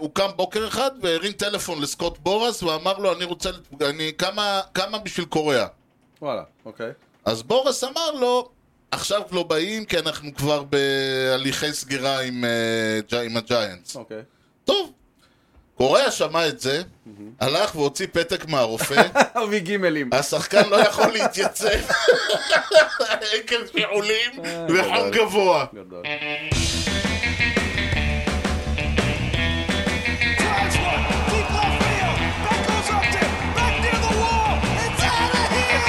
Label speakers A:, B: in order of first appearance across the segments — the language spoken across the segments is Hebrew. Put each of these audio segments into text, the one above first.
A: הוא קם בוקר אחד והרים טלפון לסקוט בורס ואמר לו, אני רוצה, לת- אני, כמה, כמה בשביל קוריאה?
B: וואלה, אוקיי.
A: אז בורס אמר לו, עכשיו לא באים כי אנחנו כבר בהליכי סגירה עם, אה, ג'- עם הג'יינטס.
B: אוקיי.
A: טוב, קוריאה שמע את זה, הלך והוציא פתק מהרופא,
B: אבי גימלים.
A: השחקן לא יכול להתייצב עקב שיעולים וחום גבוה.
B: גדול.
C: Drives one, deep left field. That goes up to, back near the wall. It's out of here.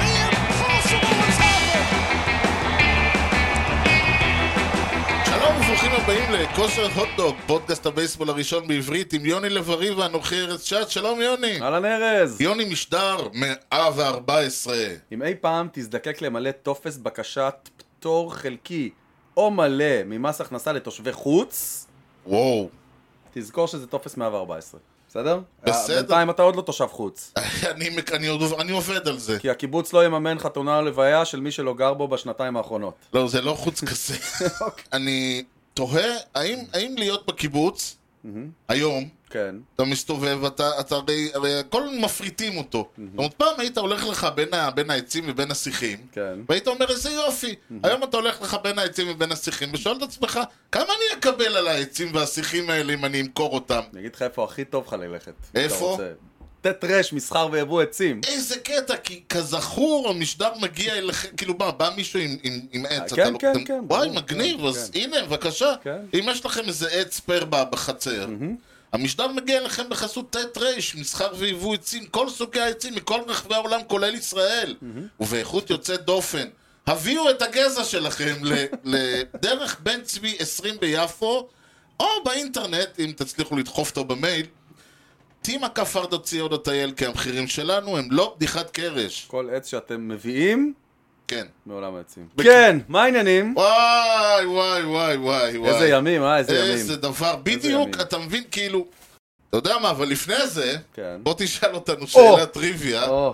C: The impossible has happened.
A: שלום וברוכים הבאים לכושר הוטדוג, פודקאסט הבייסבול הראשון בעברית עם יוני לב-ארי ואנוכי ארז שץ, שלום יוני.
B: אהלן ארז!
A: יוני משדר 114.
B: אם אי פעם תזדקק למלא טופס בקשת פטור חלקי או מלא ממס הכנסה לתושבי חוץ,
A: וואו.
B: תזכור שזה טופס 114. בסדר?
A: בסדר. אה.
B: בינתיים אתה עוד לא תושב חוץ.
A: אני, מק- אני, עוד- אני עובד על זה.
B: כי הקיבוץ לא יממן חתונה או לוויה של מי שלא גר בו בשנתיים האחרונות.
A: לא, זה לא חוץ כזה.
B: אוקיי.
A: אני תוהה, האם, האם להיות בקיבוץ היום,
B: כן.
A: אתה מסתובב, אתה, אתה הרי, הרי הכל מפריטים אותו. זאת אומרת, פעם היית הולך לך בין, ה, בין העצים ובין השיחים,
B: כן.
A: והיית אומר, איזה יופי. היום אתה הולך לך בין העצים ובין השיחים, ושואל את עצמך, כמה אני אקבל על העצים והשיחים האלה אם אני אמכור אותם?
B: אני אגיד לך איפה הכי טוב לך ללכת. אם
A: איפה?
B: אתה רוצה. טט רש, מסחר ויבוא עצים.
A: איזה קטע, כי כזכור, המשדר מגיע אליכם, כאילו מה, בא מישהו עם, עם, עם עץ,
B: כן,
A: אתה לא-
B: כן,
A: אתה-
B: כן,
A: וואי,
B: ברור,
A: מגניב,
B: כן,
A: אז
B: כן.
A: הנה, בבקשה,
B: כן.
A: אם יש לכם איזה עץ פר ב- בחצר, המשדר מגיע אליכם בחסות ט' ר', מסחר ויבוא עצים, כל סוגי העצים מכל רחבי העולם, כולל ישראל, ובאיכות יוצאת דופן. הביאו את הגזע שלכם ל- לדרך בן צבי 20 ביפו, או באינטרנט, אם תצליחו לדחוף אותו במייל. טימה כפרדו ציוד הטייל כי המחירים שלנו הם לא בדיחת קרש.
B: כל עץ שאתם מביאים,
A: כן.
B: מעולם העצים.
A: בק-
B: כן, מה העניינים?
A: וואי, וואי, וואי, וואי, וואי.
B: איזה ימים, אה, איזה
A: איזה
B: ימים.
A: דבר. בדיוק,
B: ימים.
A: אתה מבין, כאילו... אתה יודע מה, אבל לפני זה,
B: כן.
A: בוא תשאל אותנו שאלת טריוויה,
B: או, נכון.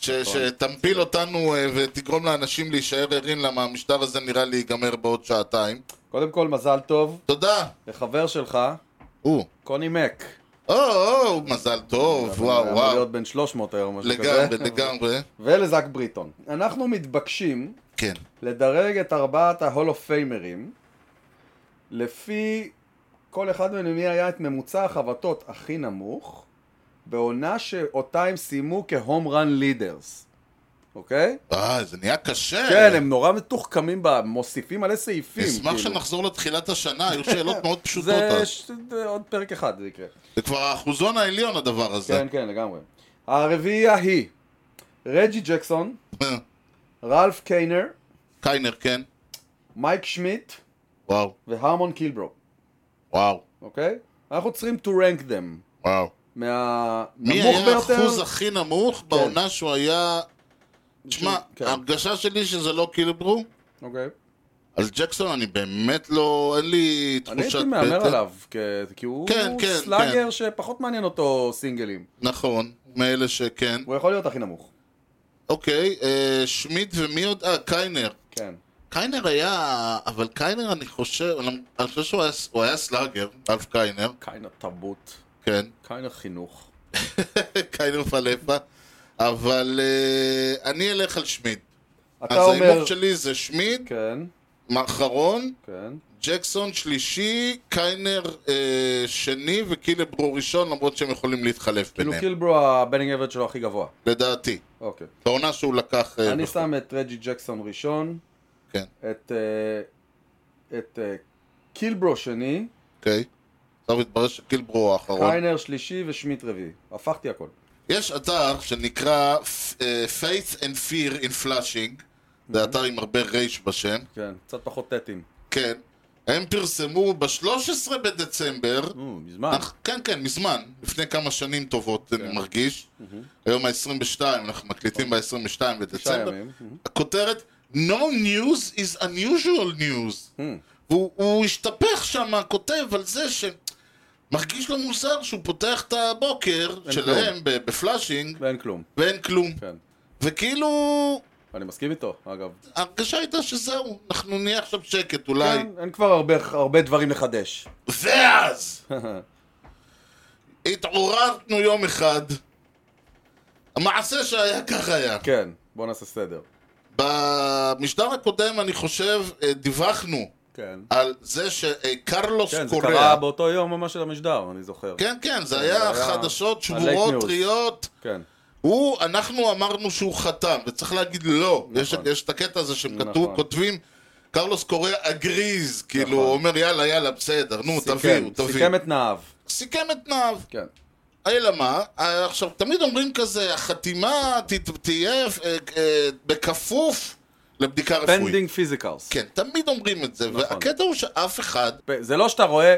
A: ש- שתמפיל אותנו אה, ותגרום לאנשים להישאר ערים, למה המשדר הזה נראה לי ייגמר בעוד שעתיים.
B: קודם כל, מזל טוב
A: תודה.
B: לחבר שלך,
A: או,
B: קוני מק.
A: או, או, מזל טוב,
B: הוא
A: וואו,
B: אמור
A: וואו.
B: להיות בן 300 היום, משהו כזה.
A: לגמרי, לגמרי.
B: ולזאק בריטון. אנחנו מתבקשים
A: כן.
B: לדרג את ארבעת ההול אוף פיימרים לפי כל אחד מהם מי היה את ממוצע החבטות הכי נמוך בעונה שאותה הם סיימו כהום רן לידרס, אוקיי?
A: אה, זה נהיה קשה.
B: כן, הם נורא מתוחכמים, בה, מוסיפים מלא סעיפים.
A: אשמח
B: כאילו.
A: שנחזור לתחילת השנה, היו שאלות מאוד פשוטות
B: זה
A: אז.
B: ש- זה עוד פרק אחד זה יקרה.
A: זה כבר האחוזון העליון הדבר הזה.
B: כן, כן, לגמרי. הרביעייה היא רג'י ג'קסון, רלף קיינר,
A: קיינר, כן.
B: מייק שמיט
A: וואו,
B: והרמון קילברו,
A: וואו,
B: אוקיי? אנחנו צריכים to rank them.
A: וואו. מי
B: מהנמוך
A: היה
B: ביותר.
A: האחוז הכי נמוך בעונה שהוא היה... תשמע,
B: כן.
A: ההרגשה שלי שזה לא קילברו,
B: אוקיי.
A: על ג'קסון אני באמת לא... אין לי תחושת
B: אני
A: בטן.
B: הייתי מהמר עליו, כ- כי הוא
A: כן, כן, כן.
B: סלאגר שפחות מעניין אותו סינגלים.
A: נכון, מאלה שכן.
B: הוא יכול להיות הכי נמוך.
A: אוקיי, אה, שמיד ומי עוד? אה, קיינר.
B: כן.
A: קיינר היה... אבל קיינר אני חושב... אני חושב שהוא היה- הוא היה סלאגר, אלף קיינר,
B: קיינר תרבות,
A: כן.
B: קיינר חינוך.
A: קיינר פלפה, אבל אה, אני אלך על שמיד.
B: אתה
A: אז ההימור
B: אומר...
A: שלי זה שמיד,
B: כן,
A: מאחרון,
B: כן.
A: ג'קסון שלישי, קיינר אה, שני וקילברו ראשון, למרות שהם יכולים להתחלף
B: כאילו
A: ביניהם,
B: קילברו הבנינג אברד שלו הכי גבוה.
A: לדעתי.
B: אוקיי.
A: בעונה שהוא לקח... אה,
B: אני
A: בחו"ל.
B: שם את רג'י ג'קסון ראשון,
A: כן,
B: את אה, את אה, קילברו שני,
A: אוקיי. עכשיו התברר שקילברו הוא האחרון.
B: קיינר שלישי ושמיט רביעי. הפכתי הכל.
A: יש אתר שנקרא אה, Faith and Fear in Flashing, זה
B: Mhm.
A: אתר עם הרבה רייש בשם,
B: כן, קצת פחות טטים.
A: כן. הם פרסמו ב-13 בדצמבר,
B: נו, אה, מזמן.
A: אך- כן, כן, מזמן, לפני כמה שנים טובות,
B: כן.
A: אני מרגיש. היום ה-22, אנחנו מקליטים ב-22
B: נכון. תשעה
A: בדצמבר.
B: ימים.
A: הכותרת, No news is unusual
B: Hmm.
A: news. והוא הוא השתפך שם, הכותב, על זה ש... מרגיש לו מוזר שהוא פותח את הבוקר שלהם ב- בפלאשינג
B: ואין כלום.
A: ואין כלום.
B: כן.
A: וכאילו,
B: אני מסכים איתו, אגב.
A: ההרגשה הייתה שזהו, אנחנו נהיה עכשיו שקט אולי.
B: כן, אין כבר הרבה, הרבה דברים לחדש.
A: ואז! התעוררנו יום אחד. המעשה שהיה כך היה.
B: כן, בוא נעשה סדר.
A: במשדר הקודם, אני חושב, אה, דיווחנו
B: כן.
A: על זה שקרלוס
B: כן, זה
A: קוריאה...
B: קרה באותו יום ממש של המשדר, אני זוכר.
A: כן, כן, זה
B: זה
A: היה
B: היה-
A: חדשות
B: ה-late
A: שבורות,
B: news.
A: טריות.
B: כן.
A: הוא, אנחנו אמרנו שהוא חתם, וצריך להגיד לא. יש,
B: נכון.
A: יש את הקטע הזה שהם
B: נכון.
A: כתבו- כותבים, קרלוס קורא אגריז, כאילו, הוא אומר יאללה, יאללה, בסדר, נו,
B: סיכם,
A: תביאו, תביאו.
B: כן, סיכם את נהב.
A: סיכם את נהב.
B: כן.
A: אלא מה? אה, עכשיו, תמיד אומרים כזה, החתימה ת- תהיה אה, אה, בכפוף לבדיקה רפואית.
B: פנדינג פיזיקלס.
A: כן, תמיד אומרים את זה,
B: נכון.
A: והקטע הוא שאף אחד,
B: זה לא שאתה רואה,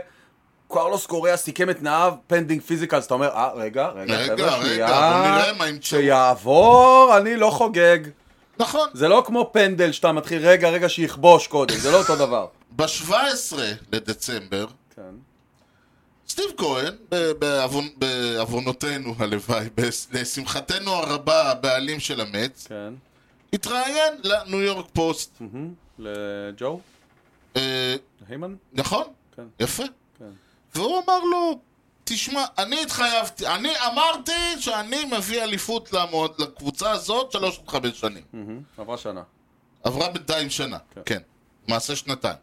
B: קרלוס קוריאה סיכם את נהב, פנדינג פיזיקלס, אתה אומר, אה, רגע, רגע,
A: רגע,
B: חבר'ה,
A: רגע,
B: שנייה,
A: בוא נראה מה ימצאו."
B: שיעבור, אני לא חוגג.
A: נכון,
B: זה לא כמו פנדל שאתה מתחיל, רגע, רגע, שיכבוש קודם, זה לא אותו דבר.
A: ב-17 לדצמבר,
B: כן.
A: סטיב כהן, ב- בעוון- בעוונותינו הלוואי, בס- לשמחתנו הרבה, הבעלים של המץ,
B: כן.
A: התראיין לניו יורק פוסט.
B: מהמם. לג'ו?
A: אה,
B: היימן?
A: נכון?
B: כן.
A: יפה.
B: כן.
A: והוא אמר לו, תשמע, אני התחייבתי, אני אמרתי שאני מביא אליפות למועד, לקבוצה הזאת שלוש עד חמש שנים.
B: מהמם. עברה שנה.
A: עברה בינתיים שנה,
B: כן.
A: כן. כן. מעשה שנתיים.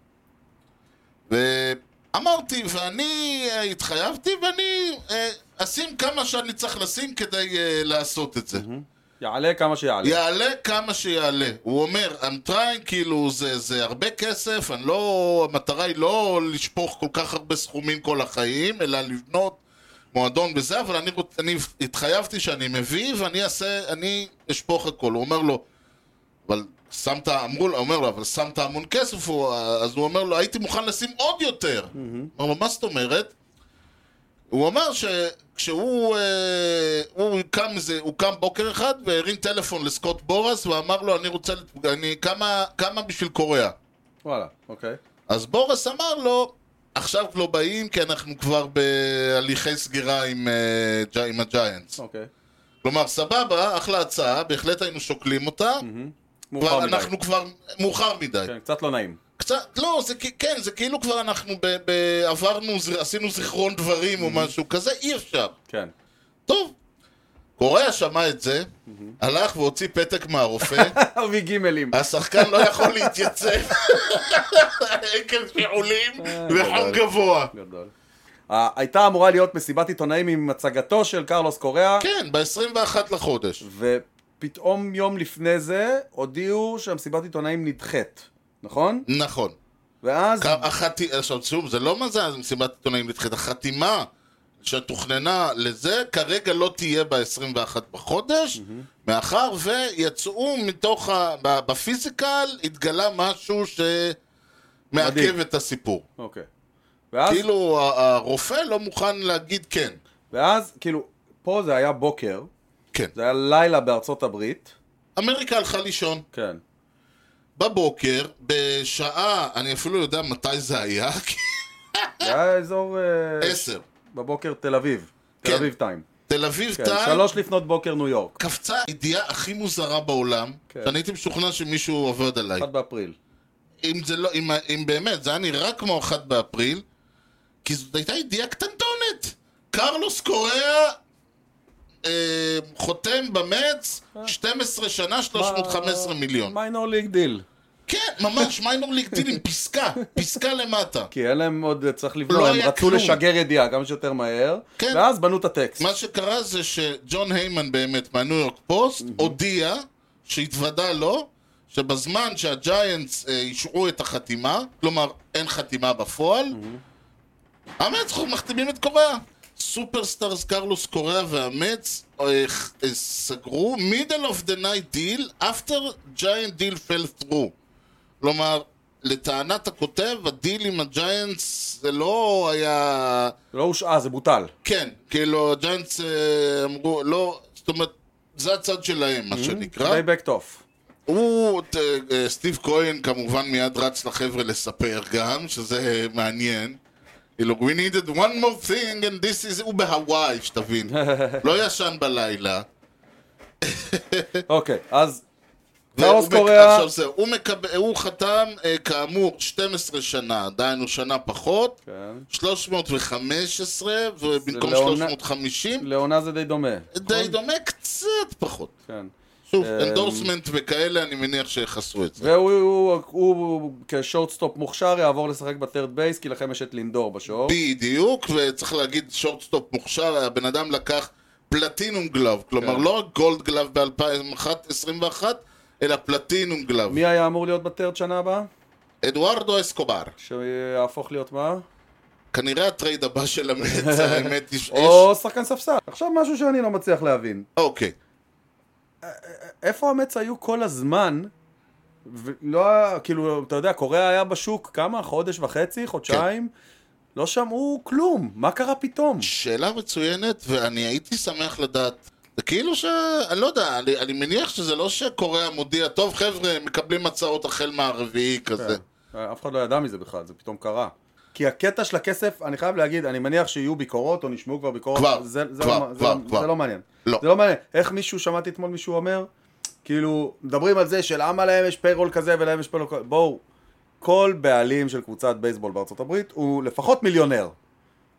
A: ואמרתי, ואני אה, התחייבתי, ואני אה, אשים כמה שאני צריך לשים כדי אה, לעשות את זה.
B: יעלה כמה שיעלה.
A: יעלה כמה שיעלה. הוא אומר, I'm trying, כאילו, זה, זה הרבה כסף, אני לא, המטרה היא לא לשפוך כל כך הרבה סכומים כל החיים, אלא לבנות מועדון וזה, אבל אני, רוצ- אני התחייבתי שאני מביא, ואני אעשה, אני אשפוך הכל. הוא אומר לו, אבל שמת, אמרו לו, אומר לו, אבל שמת המון כסף, הוא, אז הוא אומר לו, הייתי מוכן לשים עוד יותר. אמר לו, מה זאת אומרת? הוא אמר שכשהוא אה, הוא קם, זה, הוא קם בוקר אחד והרים טלפון לסקוט בורס ואמר לו אני רוצה, לת- אני כמה, כמה בשביל קוריאה
B: וואלה, אוקיי.
A: אז בורס אמר לו עכשיו לא באים כי אנחנו כבר בהליכי סגירה עם, אה, ג'- עם הג'יינטס
B: אוקיי.
A: כלומר סבבה, אחלה הצעה, בהחלט היינו שוקלים אותה
B: מאוחר
A: כבר,
B: מדי.
A: אנחנו כבר מאוחר מדי
B: כן, קצת לא נעים.
A: קצת, לא, זה כי- כן, זה כאילו כבר אנחנו ב, ב, עברנו, ז- עשינו זיכרון דברים או משהו כזה, אי אפשר
B: כן.
A: טוב. קוריאה שמע את זה, הלך והוציא פתק מהרופא,
B: אבי גימלים.
A: השחקן לא יכול להתייצב עקב שיעולים וחום
B: גדול.
A: גבוה.
B: גדול. אה, הייתה אמורה להיות מסיבת עיתונאים עם הצגתו של קרלוס קוריאה,
A: כן, ב-21 לחודש.
B: ופתאום יום לפני זה הודיעו שהמסיבת עיתונאים נדחית, נכון?
A: נכון.
B: ואז...
A: כ- החתי- עכשיו שוב, זה לא מה זה מסיבת עיתונאים נדחית, החתימה שתוכננה לזה כרגע לא תהיה ב-21 בחודש, מאחר ויצאו מתוך, ה- ב- בפיזיקל התגלה משהו שמעכב
B: מדהים.
A: את הסיפור.
B: אוקיי. ואז,
A: כאילו ה- הרופא לא מוכן להגיד כן.
B: ואז, כאילו, פה זה היה בוקר,
A: כן.
B: זה היה לילה בארצות הברית,
A: אמריקה הלכה לישון.
B: כן.
A: בבוקר, בשעה, אני אפילו לא יודע מתי זה היה,
B: זה היה אזור... אה,
A: עשר.
B: בבוקר תל אביב. תל
A: כן.
B: אביב טיים.
A: תל אביב
B: כן,
A: טיים,
B: שלוש לפנות בוקר ניו יורק.
A: קפצה הידיעה הכי מוזרה בעולם,
B: כן.
A: שאני הייתי משוכנע שמישהו עובד עליי.
B: 1 באפריל.
A: אם זה לא, אם, אם באמת, זה היה נראה כמו 1 באפריל, כי זאת הייתה ידיעה קטנטונת. קרלוס קוריאה אה, חותם במץ
B: אה.
A: 12 שנה 315 מיליון.
B: מיינור ליג דיל.
A: כן, ממש, מיינור ליג טיל עם פסקה, פסקה למטה.
B: כי אין להם עוד, אה, צריך לבלוע,
A: לא
B: הם
A: היה
B: רצו
A: כלום.
B: לשגר ידיעה כמה שיותר מהר,
A: כן.
B: ואז בנו את הטקסט.
A: מה שקרה זה שג'ון היימן באמת, מהניו יורק פוסט, הודיע שהתוודע לו שבזמן שהג'יינטס אה, אישרו את החתימה, כלומר אין חתימה בפועל, המץ מחתימים את קוריאה. סופרסטארס קרלוס קוריאה והמץ אה, ח- אה, סגרו middle of the night deal after giant deal fell through. כלומר, לטענת הכותב, הדיל עם הג'יינטס זה לא היה...
B: לא הושעה, זה בוטל.
A: כן, כאילו הג'יינטס אה, אמרו, לא, זאת אומרת, זה הצד שלהם, מה שנקרא.
B: Mm-hmm. די בקט אוף.
A: הוא, ת- אה, סטיב כהן כמובן מיד רץ לחבר'ה לספר גם, שזה אה, מעניין. כאילו, we needed one more thing and this is, הוא בהוואי, שתבין. לא ישן בלילה.
B: אוקיי, אז דאוס
A: והוא מק-
B: קוריאה-
A: עכשיו זהו, הוא מקב- הוא חתם אה, כאמור 12 שנה, דהיינו שנה פחות,
B: כן.
A: 315 ובמקום
B: לעונה-
A: 350,
B: לעונה זה די דומה.
A: די
B: נכון?
A: דומה קצת פחות.
B: כן.
A: שוב,
B: אמ,
A: אנדורסמנט וכאלה, אני מניח שיחסו את זה.
B: והוא הוא, הוא, כשורטסטופ מוכשר יעבור לשחק בטרד בייס, כי לכם יש את לינדור בשור.
A: בדיוק, וצריך להגיד שורטסטופ מוכשר, הבן אדם לקח פלטינום גלאב, כלומר
B: כן.
A: לא רק גולד גלאב ב-2021, אלא פלטינום גלאב.
B: מי היה אמור להיות בטרד שנה הבאה?
A: אדוארדו אסקובר.
B: שיהפוך להיות מה?
A: כנראה הטרייד הבא של המץ, האמת היא ש...
B: או שחקן ספסל. עכשיו משהו שאני לא מצליח להבין.
A: אוקיי.
B: איפה המץ היו כל הזמן? ולא, היה- כאילו, אתה יודע, קוריאה היה בשוק כמה? חודש וחצי? חודשיים? לא שמעו כלום. מה קרה פתאום?
A: שאלה מצוינת, ואני הייתי שמח לדעת. זה כאילו ש... אני לא יודע, אני, אני מניח שזה לא שקוריאה מודיע, טוב חבר'ה, מקבלים הצעות החל מהרביעי כזה.
B: אה, אף אחד לא ידע מזה בכלל, זה פתאום קרה. כי הקטע של הכסף, אני חייב להגיד, אני מניח שיהיו ביקורות או נשמעו כבר ביקורות.
A: כבר,
B: זה, זה
A: כבר,
B: לא, זה
A: כבר,
B: לא,
A: כבר.
B: זה לא מעניין.
A: לא.
B: זה לא מעניין. איך מישהו, שמעתי אתמול מישהו אומר, כאילו, מדברים על זה של למה להם יש פיירול כזה ולהם יש פיירול כזה, בואו, כל בעלים של קבוצת בייסבול בארצות הברית הוא לפחות מיליונר.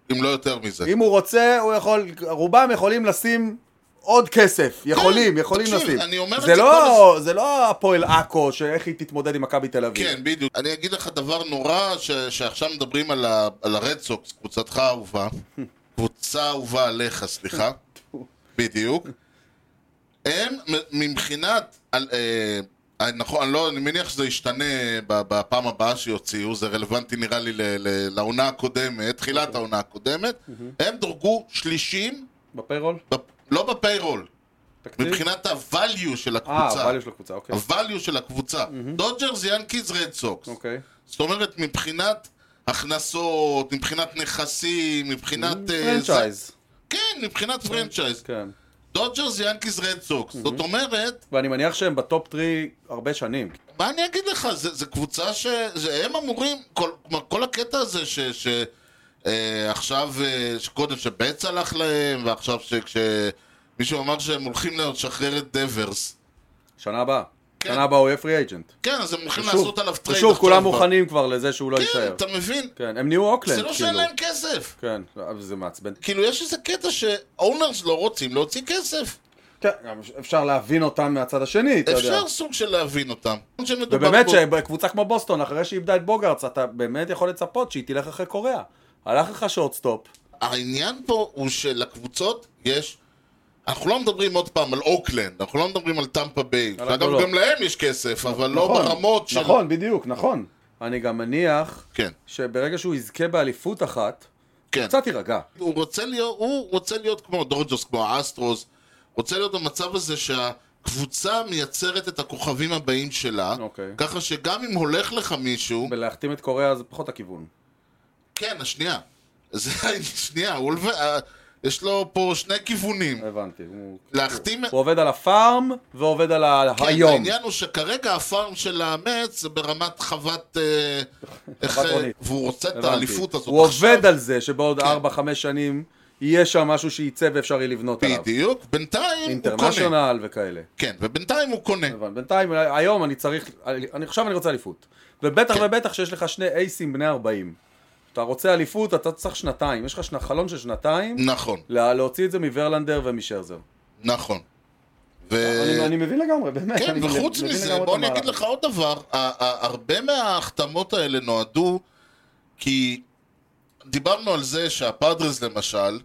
B: כן.
A: אם לא יותר מזה.
B: אם הוא רוצה, הוא יכול, רובם יכולים לשים עוד כסף. יכולים,
A: כן,
B: יכולים
A: תקשיב,
B: לשים.
A: אני אומר את
B: זה
A: זה
B: לא, זה לא הפועל עכו, שאיך היא תתמודד עם מכבי תל אביב.
A: כן, בדיוק. אני אגיד לך דבר נורא, ש... שעכשיו מדברים על, ה... על הרד סוקס, קבוצתך האהובה. קבוצה אהובה עליך, סליחה. בדיוק. הם מ- מבחינת... על, אה... אה, נכון, אני, לא, אני מניח שזה ישתנה ב- בפעם הבאה שיוציאו, זה רלוונטי נראה לי ל... ל... לעונה הקודמת, תחילת העונה הקודמת. הם דורגו שלישים,
B: בפיירול?
A: בפ... לא בפיירול,
B: תקציב?
A: מבחינת ה-value של
B: אה,
A: הקבוצה.
B: הvalue של הקבוצה, אוקיי.
A: ה-value של הקבוצה. דודג'רס, ינקיז, רד סוקס.
B: אוקיי.
A: זאת אומרת, מבחינת הכנסות, מבחינת נכסים, מבחינת... אה,
B: פרנצ'ייז,
A: זה- כן, מבחינת פרנצ'ייז.
B: כן. Mhm.
A: דודג'רס, ינקיז, רד סוקס. זאת אומרת,
B: ואני מניח שהם בטופ 3 הרבה שנים.
A: מה אני אגיד לך, זה, זה קבוצה ש... זה, הם אמורים, כל, כלומר, כל הקטע הזה ש... ש אה, עכשיו, אה, שקודם שבץ הלך להם, ועכשיו שכשמישהו אמר שהם הולכים לשחרר את דברס.
B: שנה הבאה.
A: כן.
B: שנה הבאה הוא יהיה פרי אייג'נט.
A: כן, אז הם הולכים לעשות עליו טרייד.
B: שוב,
A: עכשיו
B: כולם
A: כבר.
B: מוכנים כבר לזה שהוא לא
A: כן,
B: יישאר.
A: אתה מבין?
B: כן, הם נהיו אוקלנד,
A: זה לא שאין
B: כאילו.
A: להם כסף.
B: כן, אבל זה מעצבן.
A: כאילו, יש איזה קטע שאונרס לא רוצים להוציא כסף.
B: כן, גם אפשר להבין אותם מהצד השני, אתה יודע.
A: אפשר סוג של להבין אותם. שמדובר
B: ובאמת
A: פה-
B: שקבוצה כמו בוסטון, אחרי שאיבדה את בוגארץ, אתה באמת יכול לצפות שהיא תלך אחרי קוריאה. הלך לך שורטסטופ.
A: לא העניין פה הוא שלקבוצות יש... אנחנו לא מדברים עוד פעם על אוקלנד, אנחנו לא מדברים על טמפה ביי.
B: על
A: אגב,
B: הגדולות.
A: גם להם יש כסף, אבל לא
B: לא. נכון,
A: ברמות של...
B: נכון, בדיוק, נכון. אני גם מניח
A: כן,
B: שברגע שהוא יזכה באליפות אחת,
A: כן.
B: קצת יירגע.
A: הוא רוצה להיות, הוא רוצה להיות כמו הדורג'וס, כמו האסטרוס, רוצה להיות במצב הזה שהקבוצה מייצרת את הכוכבים הבאים שלה,
B: אוקיי.
A: ככה שגם אם הולך לך מישהו,
B: ולהחתים את קוריאה זה פחות הכיוון.
A: כן, השנייה. זה השנייה, הוא לב... אה, יש לו פה שני כיוונים.
B: הבנתי. הוא
A: להחתים...
B: הוא עובד על הפארם ועובד על ה-
A: כן,
B: היום.
A: העניין הוא שכרגע הפארם של האמץ זה ברמת חוות... אה, איך, אה,
B: רונית.
A: והוא רוצה את
B: הבנתי.
A: האליפות הזאת.
B: הוא
A: עכשיו, כן.
B: עובד על זה שבעוד 4-5 שנים יהיה שם משהו שייצא ואפשר יהיה לבנות עליו.
A: בדיוק, בינתיים הוא קונה.
B: אינטרנשיונל וכאלה.
A: כן, ובינתיים הוא קונה.
B: אבל בינתיים, היום אני צריך, אני, עכשיו אני רוצה אליפות. ובטח
A: כן.
B: ובטח שיש לך שני אייסים בני 40. אתה רוצה אליפות, אתה צריך שנתיים. יש לך שנה, חלון של שנתיים
A: נכון,
B: לה- להוציא את זה מוורלנדר ומשרזר.
A: נכון. ו...
B: אני, אני מבין לגמרי, באמת.
A: אה, כן,
B: אני
A: וחוץ
B: מבין
A: מזה,
B: לגמרי
A: בוא
B: את
A: אני אגיד
B: המהלך.
A: לך עוד דבר, ה- ה- הרבה מההחתמות האלה נועדו כי דיברנו על זה שהפאדרס למשל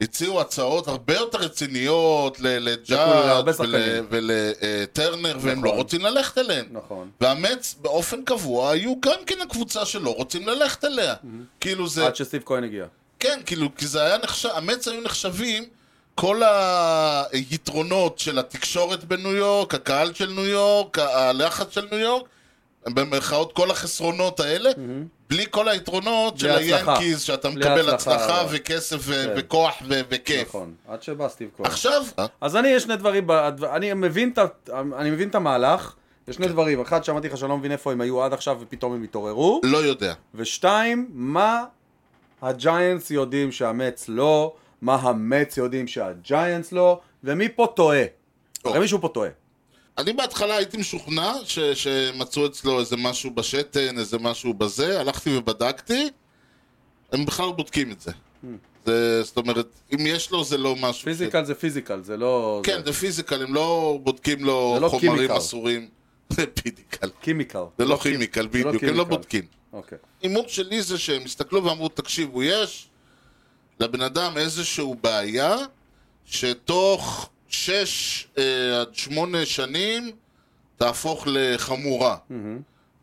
A: הציעו הצעות הרבה יותר רציניות ל- לג'אד
B: להרבה שחקנים.
A: ולטרנר, והם
B: נכון.
A: לא רוצים ללכת אליהם.
B: נכון.
A: והמץ באופן קבוע היו גם כן הקבוצה שלא רוצים ללכת אליה. כאילו זה,
B: עד שסטיב כהן הגיע.
A: כן, כאילו, כי זה היה נחשב, המץ היו נחשבים כל היתרונות של התקשורת בניו יורק, הקהל של ניו יורק, ה- הלחץ של ניו יורק, במירכאות כל החסרונות האלה, בלי כל היתרונות של
B: בלי הצלחה.
A: היאנקיז, שאתה
B: בלי
A: מקבל
B: הצלחה,
A: הצלחה
B: אבל.
A: וכסף ו-
B: כן.
A: וכוח ו- וכיף.
B: נכון. אה? עד שבא סטיב כהן.
A: עכשיו,
B: אז אני, יש שני דברים, ב- הדבר- אני מבין, את ה- אני מבין את המהלך, יש
A: כן.
B: שני דברים, אחד שאמרתי לך שאני לא מבין איפה הם היו עד עכשיו ופתאום הם התעוררו,
A: לא יודע.
B: ושתיים, מה הג'יינטס יודעים שהמץ לא,
A: לא.
B: מה המץ יודעים שהג'יינטס לא, ומי פה טועה. הרי מישהו פה טועה.
A: אני בהתחלה הייתי משוכנע ש, שמצאו אצלו איזה משהו בשתן, איזה משהו בזה, הלכתי ובדקתי, הם בכלל בודקים את זה. זה, זאת אומרת, אם יש לו זה לא משהו... ש-
B: פיזיקל Hmm. זה פיזיקל, זה לא...
A: כן, זה פיזיקל, הם לא בודקים לו
B: זה לא
A: חומרים
B: כימיקל.
A: אסורים. זה פידיקל.
B: קימיקל.
A: זה לא כימיקל, בדיוק, הם
B: כימיקל.
A: לא בודקים.
B: אוקיי.
A: הימור שלי זה שהם הסתכלו ואמרו, תקשיבו, יש לבן אדם איזשהו בעיה שתוך שש אה, עד שמונה שנים תהפוך לחמורה.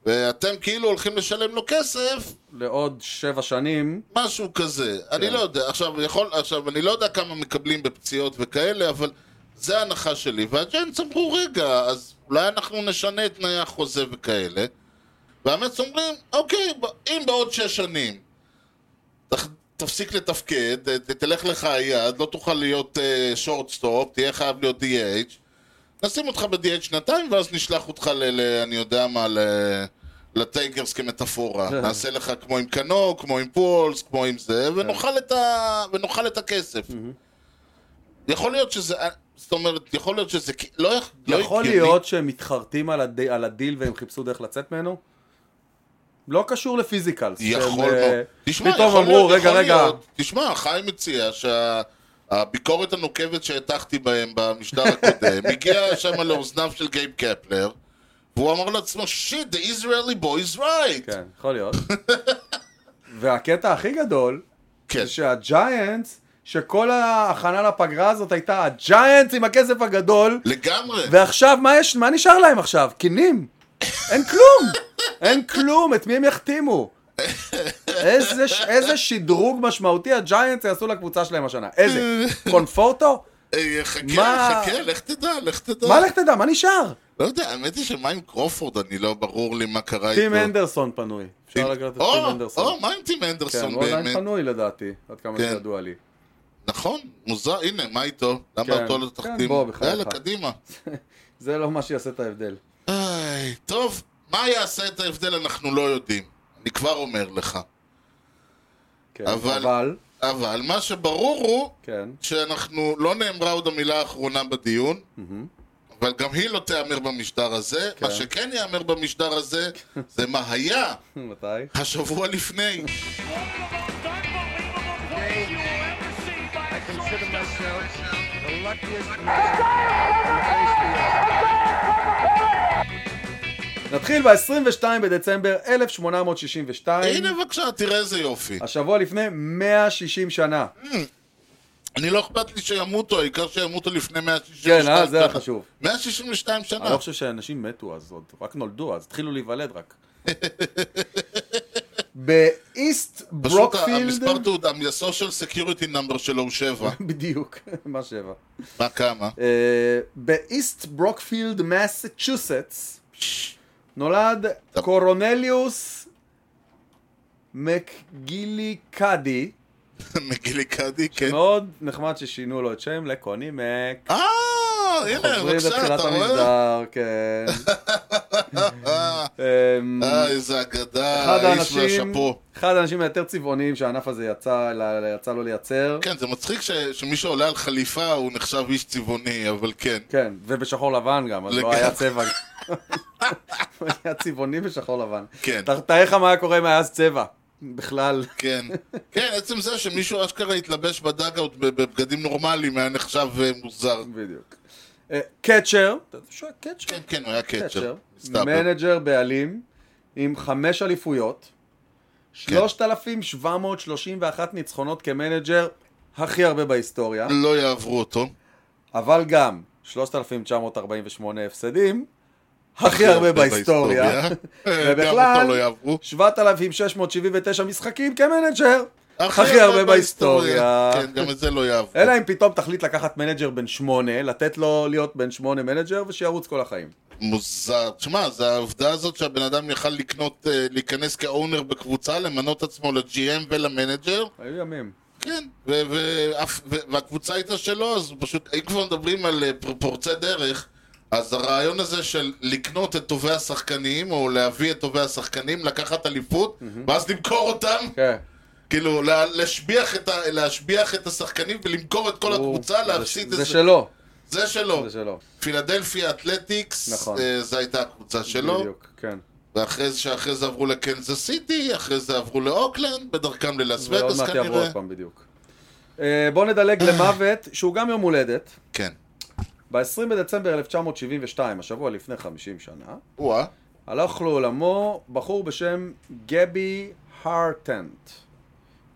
A: ואתם כאילו הולכים לשלם לו כסף,
B: לעוד שבע שנים,
A: משהו כזה. אני לא יודע, עכשיו, יכול, עכשיו, אני לא יודע כמה מקבלים בפציעות וכאלה, אבל זה ההנחה שלי. והג'יינטס אמרו, רגע, אז אולי אנחנו נשנה את תנאי החוזה וכאלה. והמץ אומרים, אוקיי, ב- אם בעוד שש שנים תח- תפסיק לתפקד, ת- תלך לך היד, לא תוכל להיות שורטסטופ, תהיה חייב להיות DH, נשים אותך ב-DH שנתיים, ואז נשלח אותך ל... ל- אני יודע מה, ל... לטייגרס כמטאפורה.
B: כן.
A: נעשה לך כמו עם קנו, כמו עם פולס, כמו עם זה, ונאכל את, ה... ונאכל את הכסף. יכול להיות שזה... אה, זאת אומרת, יכול להיות שזה... כי- לא, יכ- לא
B: יכול
A: הגיוני.
B: להיות שהם מתחרטים על, הד... על הדיל והם חיפשו דרך לצאת ממנו? לא קשור לפיזיקל.
A: יכול
B: שהם, אה,
A: מאוד. תשמע,
B: פתאום
A: יכול
B: אמרו,
A: להיות,
B: רגע,
A: יכול
B: רגע,
A: להיות. תשמע, חיים הציע שהביקורת הנוקבת שהטחתי בהם במשדר הקודם הגיעה שם לאוזניו של גייב קפלר, והוא אמר לעצמו, שיט, the Israeli boy is right.
B: כן, יכול להיות. והקטע הכי גדול,
A: כן.
B: זה שהג'יינטס, שכל ההכנה לפגרה הזאת הייתה הג'יינטס עם הכסף הגדול,
A: לגמרי.
B: ועכשיו מה יש, מה נשאר להם עכשיו? קינים? אין כלום! אין כלום, את מי הם יחתימו? איזה, ש- איזה שדרוג משמעותי הג'יינטס יעשו לקבוצה שלהם השנה. איזה? קונפורטו?
A: אה, חכה,
B: מה-
A: חכה, לך תדע, לך תדע.
B: מה לך תדע, מה נשאר?
A: לא יודע, האמת היא שמה עם קרופורד, אני לא ברור לי מה קרה איתו.
B: טים אנדרסון פנוי. אפשר
A: טים-
B: לקחת לא את טים
A: או,
B: אנדרסון.
A: או, מה עם טים
B: כן,
A: אה, אנדרסון
B: הוא עדיין
A: באמת?
B: פנוי לדעתי, עד כמה
A: כן.
B: שידוע לי.
A: נכון, מוזר, הנה, מה איתו? למה
B: כן,
A: אותו לא
B: כן,
A: תחתים?
B: בוא, בחייך.
A: יאללה, קדימה.
B: זה לא מה שיעשה את ההבדל.
A: איי, טוב, מה יעשה את ההבדל אנחנו לא יודעים. אני כבר אומר לך.
B: כן,
A: אבל-
B: אבל,
A: אבל מה שברור הוא
B: כן.
A: שאנחנו, לא נאמרה עוד המילה האחרונה בדיון, אבל גם היא לא תיאמר במשדר הזה.
B: כן.
A: מה שכן ייאמר במשדר הזה, זה מה היה
B: מתי?
A: השבוע לפני.
D: I consider myself the luckiest
B: נתחיל ב-22 בדצמבר 1862.
A: הנה בבקשה, תראה איזה יופי.
B: השבוע לפני 160 שנה.
A: אני לא אכפת לי שימותו, העיקר שימותו לפני 162
B: כן,
A: שנה.
B: אה, זה החשוב.
A: 162
B: אני לא
A: שנה.
B: חושב שאנשים מתו אז, עוד רק נולדו, אז התחילו להיוולד רק. באיסט
A: פשוט
B: ברוקפילד,
A: המספר תעודה, ה-social security number שלו הוא 7.
B: בדיוק, מה שבע.
A: מה כמה?
B: אה, באיסט ברוקפילד, מסצ'וסטס, נולד קורונליוס מקגילי קאדי,
A: מגילי קאדי, כן.
B: מאוד נחמד ששינו לו את שם לקוני מק.
A: אה, הנה,
B: חוזרים
A: בבקשה,
B: לתחילת
A: אתה רואה?
B: המסדר, כן. אמ,
A: אה, איזה אגדה,
B: אחד
A: אה, האיש
B: האנשים,
A: והשאפו.
B: אחד האנשים היותר צבעוניים שהענף הזה יצא, ל- יצא לו לייצר.
A: כן, זה מצחיק ש- שמי שעולה על חליפה הוא נחשב איש צבעוני, אבל כן.
B: כן, ובשחור לבן גם, אז לא
A: לגמרי.
B: היה צבע. הוא היה צבעוני בשחור לבן.
A: כן.
B: ת- תאר לך מה היה קורה אם היה אז צבע. בכלל.
A: כן, כן, עצם זה שמישהו אשכרה התלבש בדאגאוט בבגדים נורמליים היה נחשב אה, מוזר.
B: בדיוק. אה, קצ'ר. אתה יודע שהוא היה קצ'ר?
A: כן, כן, הוא היה
B: קצ'ר.
A: קצ'ר. מסתבר.
B: מנג'ר בעלים עם חמש
A: כן.
B: אליפויות. 3,731 ניצחונות כמנג'ר, הכי הרבה בהיסטוריה.
A: לא יעברו אותו.
B: אבל גם 3,948 הפסדים, הכי הרבה בהיסטוריה.
A: אה, גם
B: ובכלל,
A: אותו לא יעברו.
B: 7,679 משחקים כמנג'ר,
A: הכי הרבה בהיסטוריה. כן, גם את זה לא יעברו.
B: אלא אם פתאום תחליט לקחת מנג'ר בן שמונה, לתת לו להיות בן שמונה מנג'ר ושירוץ כל החיים.
A: מוזר. תשמע, זה העובדה הזאת שהבן אדם יכל לקנות, אה, להיכנס כאונר בקבוצה, למנות עצמו לג'י.אם ולמנג'ר,
B: היו ימים.
A: כן, ו- ואף- ו- והקבוצה הייתה שלו, אז הוא פשוט, אם כבר מדברים על אה, פר- פורצי דרך, אז הרעיון הזה של לקנות את טובי השחקנים, או להביא את טובי השחקנים, לקחת אליפות, ואז למכור אותם,
B: כן.
A: כאילו, לה- להשביח את ה- להשביח את השחקנים ולמכור את כל
B: הוא-
A: הקבוצה,
B: זה-
A: להפסיד
B: זה
A: איזה...
B: שלו.
A: זה שלו.
B: זה שלו.
A: פילדלפי אתלטיקס,
B: נכון.
A: אה, זו הייתה הקבוצה שלו.
B: בדיוק, כן.
A: ואחרי זה, שאחרי זה עברו לקנזס סיטי, אחרי זה עברו לאוקלנד, בדרכם ללאס
B: ועוד
A: וגאס
B: מעט יעבור
A: כנראה.
B: עוד פעם בדיוק. אה, בואו נדלג למוות, שהוא גם יום הולדת,
A: כן.
B: ב-20 בדצמבר 1972, השבוע לפני 50 שנה,
A: וואה.
B: הלך לעולמו בחור בשם גבי הרטנט.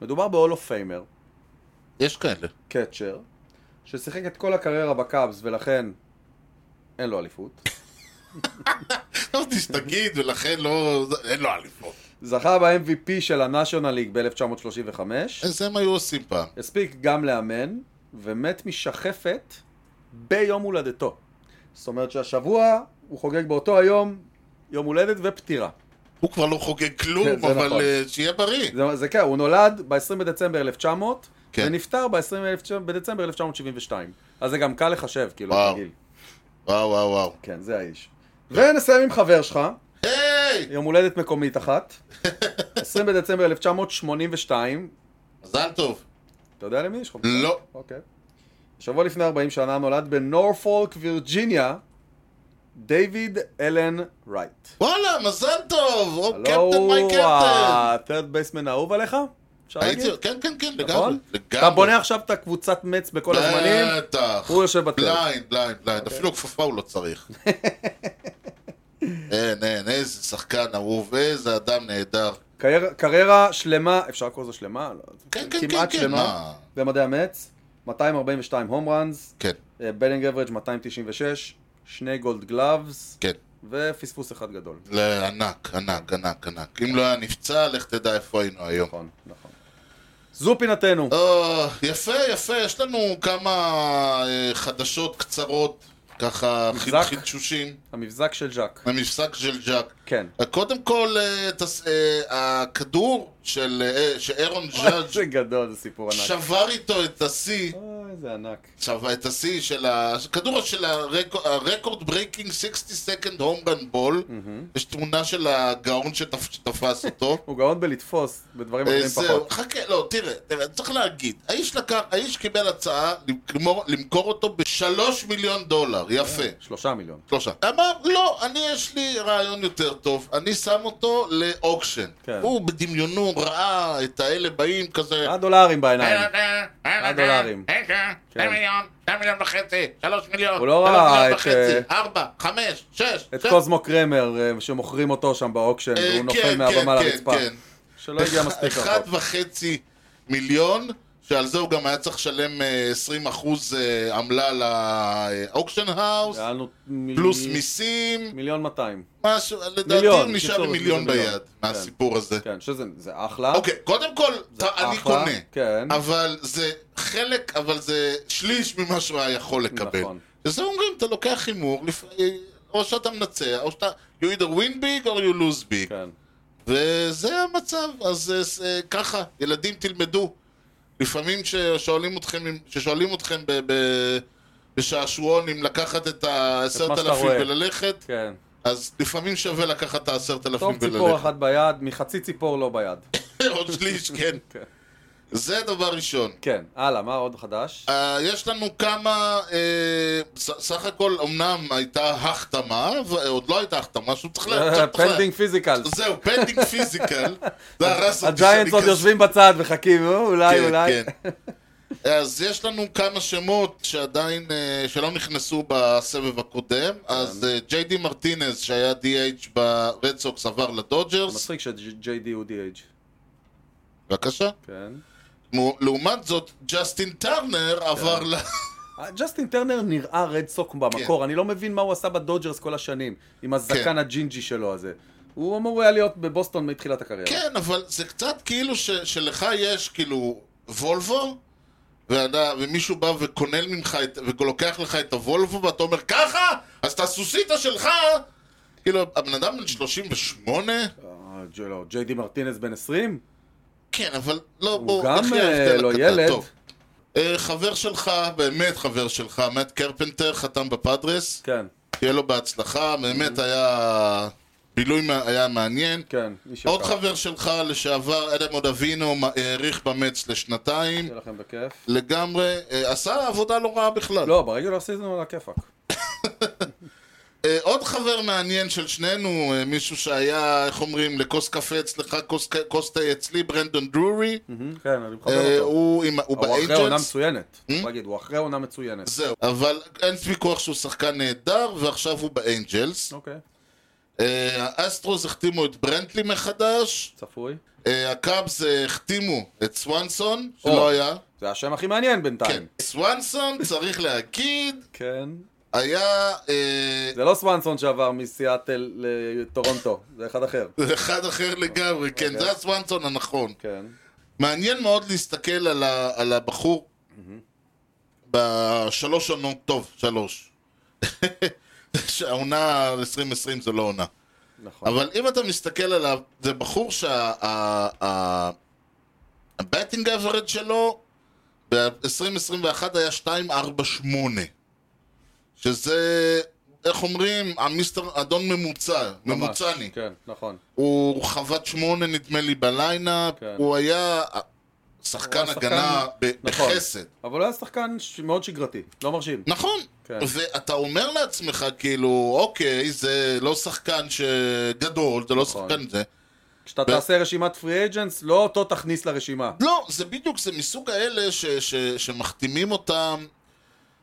B: מדובר בהולו פיימר,
A: יש כאלה.
B: קצ'ר, ששיחק את כל הקריירה בקאבס ולכן אין לו אליפות.
A: אמרתי שתגיד, לא, ולכן לא... אין לו אליפות.
B: זכה ב-MVP של הנאשונל ליג ב-1935,
A: אז הם היו עושים פעם.
B: הספיק גם לאמן, ומת משחפת ביום הולדתו. זאת אומרת שהשבוע הוא חוגג באותו היום יום הולדת ופטירה.
A: הוא כבר לא חוגג
B: כן,
A: כלום,
B: זה נכון.
A: אבל אה, שיהיה בריא.
B: זה, זה כן, הוא נולד ב-20 בדצמבר 1900,
A: כן.
B: ונפטר ב-20 בדצמבר 1972. אז זה גם קל לחשב, כאילו,
A: וואו.
B: תגיל.
A: וואו, וואו, וואו.
B: כן, זה האיש. ונסיים עם חבר שלך,
A: היי!
B: יום הולדת מקומית אחת, 20 בדצמבר 1982,
A: מזל טוב.
B: אתה יודע למי יש לך?
A: לא.
B: אוקיי. שבוע לפני 40 שנה נולד בנורפולק, וירג'יניה, דיוויד אלן רייט.
A: וואלה, מזל טוב! או
B: הלו אה.
A: קפטן מי
B: הוא
A: קפטן!
B: ה-third בייסמן האהוב עליך? אפשר להגיד?
A: הייתי... כן, כן, כן, לגמרי.
B: נכון? אתה בונה עכשיו את הקבוצת מצ בכל הזמנים?
A: בטח.
B: הוא יושב בטל.
A: בליינד, בליינד, בליינד. אפילו כפפה הוא לא צריך. אין, אין, איזה שחקן אהוב, איזה אדם נהדר.
B: קריירה- קריירה שלמה, אפשר לקרוא לזה שלמה? לא,
A: כן, כן,
B: כמעט
A: כן, כן,
B: שלמה,
A: מה?
B: במדעי המץ, 242 הום ראנס,
A: כן,
B: בלינג אברג' 296, שני גולד גלאבס,
A: כן.
B: ופספוס אחד גדול.
A: לא, ענק, ענק, ענק, ענק. אם לא היה נפצע, לך תדע איפה היינו היום.
B: נכון, נכון. זו פינתנו.
A: אה, יפה, יפה, יש לנו כמה אה, חדשות קצרות, ככה חיד-
B: מבזק.
A: חידשושים,
B: המבזק של ז'אק.
A: מהמפסק של ג'אק.
B: כן.
A: אה, קודם כל, אה, תס- אה, הכדור של אה, שאירון ג'אג'
B: זה גדול, זה סיפור ענק.
A: שבר איתו את השיא,
B: אוי, זה ענק.
A: שבר את השיא של הכדור של הרקורד ברייקינג 60 סקנד הומרן בול, יש תמונה של הגאון שתפ- שתפס אותו.
B: הוא גאון בלתפוס, בדברים
A: אה,
B: אחרים
A: זהו,
B: פחות.
A: חכה, לא, תראה, תראה, צריך להגיד, האיש לקח, האיש קיבל הצעה למכור, למכור אותו בשלוש מיליון דולר, יפה.
B: שלושה מיליון.
A: שלושה. אמר, לא, אני יש לי רעיון יותר טוב, אני שם אותו לאוקשן.
B: כן.
A: הוא בדמיונו ראה את האלה באים כזה...
B: הדולרים בעיניים.
A: אה,
B: דולרים.
A: אה,
B: כן.
A: שתי מיליון, שתי מיליון וחצי, שלוש מיליון,
B: הוא לא
A: שלוש
B: ראה
A: מיליון
B: את, אה,
A: וחצי, ארבע, חמש, שש,
B: את
A: שש.
B: קוזמו קרמר אה, שמוכרים אותו שם באוקשן,
A: אה,
B: והוא
A: כן,
B: נופל
A: כן,
B: מהבמה
A: כן,
B: לרצפה.
A: כן.
B: שלא הגיע מספיק
A: אחד
B: רחוק.
A: וחצי מיליון, שעל זה הוא גם היה צריך לשלם אה, 20% אה, עמלה לאוקשן האוס,
B: היה לנו מיל-
A: פלוס מיסים,
B: מיליון 200.
A: משהו, לדעתי
B: מיליון,
A: הוא נשאר
B: קיצור,
A: עם
B: זה
A: מיליון
B: מיליון.
A: ביד,
B: כן.
A: מהסיפור הזה.
B: כן, שזה זה אחלה.
A: אוקיי, קודם כל,
B: זה
A: אתה- אני
B: אחלה,
A: קונה.
B: כן.
A: אבל זה חלק, אבל זה שליש ממה שהוא היה יכול לקבל.
B: נכון.
A: וזה אומרים, אתה לוקח הימור, לפ- אה, או שאתה מנצח, או שאתה... You either win big or you lose big.
B: כן.
A: וזה המצב, אז אה, אה, ככה, ילדים תלמדו. לפעמים ששואלים אתכם, אם- ששואלים אתכם ב, ב, בשעשועון אם לקחת את
B: את מה
A: העשרת
B: שאתה
A: אלפים
B: רואה.
A: וללכת,
B: כן.
A: אז לפעמים שווה לקחת את העשרת אלפים
B: טוב ציפור
A: וללכת.
B: אחת ביד, מחצי ציפור לא ביד.
A: עוד שליש, כן.
B: כן.
A: זה דבר ראשון.
B: כן, הלאה, מה עוד חדש?
A: אה, יש לנו כמה, אה, ס- סך הכל אמנם הייתה החתמה, ועוד לא הייתה החתמה, שהוא צריך
B: אה,
A: לה- צריך- צריך לה-
B: פנדינג פיזיקל.
A: זהו, פנדינג פיזיקל. זה הרס אותי שאני
B: הג'יינטס עוד
A: כזה-
B: יושבים בצד וחכים, אה, אולי, אולי.
A: כן, כן. אז יש לנו כמה שמות שעדיין, אה, שלא נכנסו בסבב הקודם.
B: כן.
A: אז אה, ג'יי די מרטינז, שהיה DH ברד סוקס, עבר לדודג'רס.
B: מצחיק ש-JD הוא DH.
A: בבקשה.
B: כן.
A: מו- לעומת זאת, ג'סטין טרנר עבר ל...
B: ג'סטין טרנר נראה רד סוק במקור, אני לא מבין מה הוא עשה בדודג'רס כל השנים, עם הזקן
A: כן.
B: הג'ינג'י שלו הזה. הוא אמור היה להיות בבוסטון מתחילת הקריירה.
A: כן, אבל זה קצת כאילו ש- שלך יש כאילו וולבו, ואתה- ומישהו בא וקונל ממך, את- ולוקח לך את הוולבו, ואתה אומר, ככה? אז את הסוסיתא שלך! כאילו, הבן אדם בן 38?
B: אה, ג'- לא, ג'יי די מרטינס בן 20?
A: כן, אבל לא,
B: הוא
A: בואו,
B: גם
A: נחיה
B: אה,
A: ההבדל
B: לא
A: הקטן.
B: ילד.
A: טוב. אה, חבר שלך, באמת חבר שלך, מאט קרפנטר, חתם בפאדרס,
B: כן.
A: שיהיה לו בהצלחה, באמת היה בילוי מה- היה מעניין.
B: כן, איש
A: עוד
B: יקר.
A: חבר שלך לשעבר, אדם אודבינו, מ- האריך במץ לשנתיים.
B: שיהיה לכם בכיף.
A: לגמרי, אה, עשה עבודה לא רעה בכלל.
B: לא, ברגולר סיזון הוא על הכיפאק.
A: אה, עוד חבר מעניין של שנינו, אה, מישהו שהיה, איך אומרים, לכוס קפה אצלך, כוס ק- כוס תה אצלי, ברנדון דרורי.
B: כן, אני מחבר
A: אה,
B: אותו.
A: הוא Hmm? עם- הוא
B: הוא אחרי עונה
A: באג'נס.
B: מצוינת. צריך להגיד, הוא אחרי עונה מצוינת.
A: זהו, אבל אין ויכוח שהוא שחקן נהדר, ועכשיו הוא באנג'לס.
B: אוקיי,
A: אה, האסטרוס החתימו את ברנדלי מחדש,
B: צפוי.
A: אה, הקאבס אה, החתימו את סוונסון,
B: או.
A: שלא היה.
B: זה השם הכי מעניין
A: כן,
B: בינתיים.
A: סוונסון, צריך להגיד,
B: כן.
A: היה אה,
B: זה לא סוונסון שעבר מסיאטל לטורונטו, זה אחד אחר.
A: אחד אחר לגמרי, כן, זה היה סוונסון הנכון.
B: כן.
A: מעניין מאוד להסתכל על, ה, על הבחור בשלוש עונות, טוב, שלוש. שהעונה 2020 זה לא עונה.
B: נכון.
A: אבל אם אתה מסתכל עליו, זה בחור שה-batting average שלו ב-2021 היה 2.48. שזה, איך אומרים, המיסטר, אדון ממוצע,
B: ממש.
A: ממוצעני.
B: כן, נכון.
A: הוא חוות שמונה נדמה לי בליינאפ,
B: כן.
A: הוא היה שחקן
B: הוא היה
A: הגנה
B: שחקן-
A: ב-
B: נכון.
A: בחסד.
B: אבל הוא היה שחקן ש- מאוד שגרתי, לא מרשים.
A: נכון.
B: כן.
A: ואתה אומר לעצמך כאילו, אוקיי, זה לא שחקן שגדול, זה לא
B: נכון.
A: שחקן זה.
B: כשאתה תעשה רשימת פרי אג'נס, לא אותו תכניס לרשימה.
A: לא, זה בדיוק, זה מסוג האלה ש- ש- שמחתימים אותם.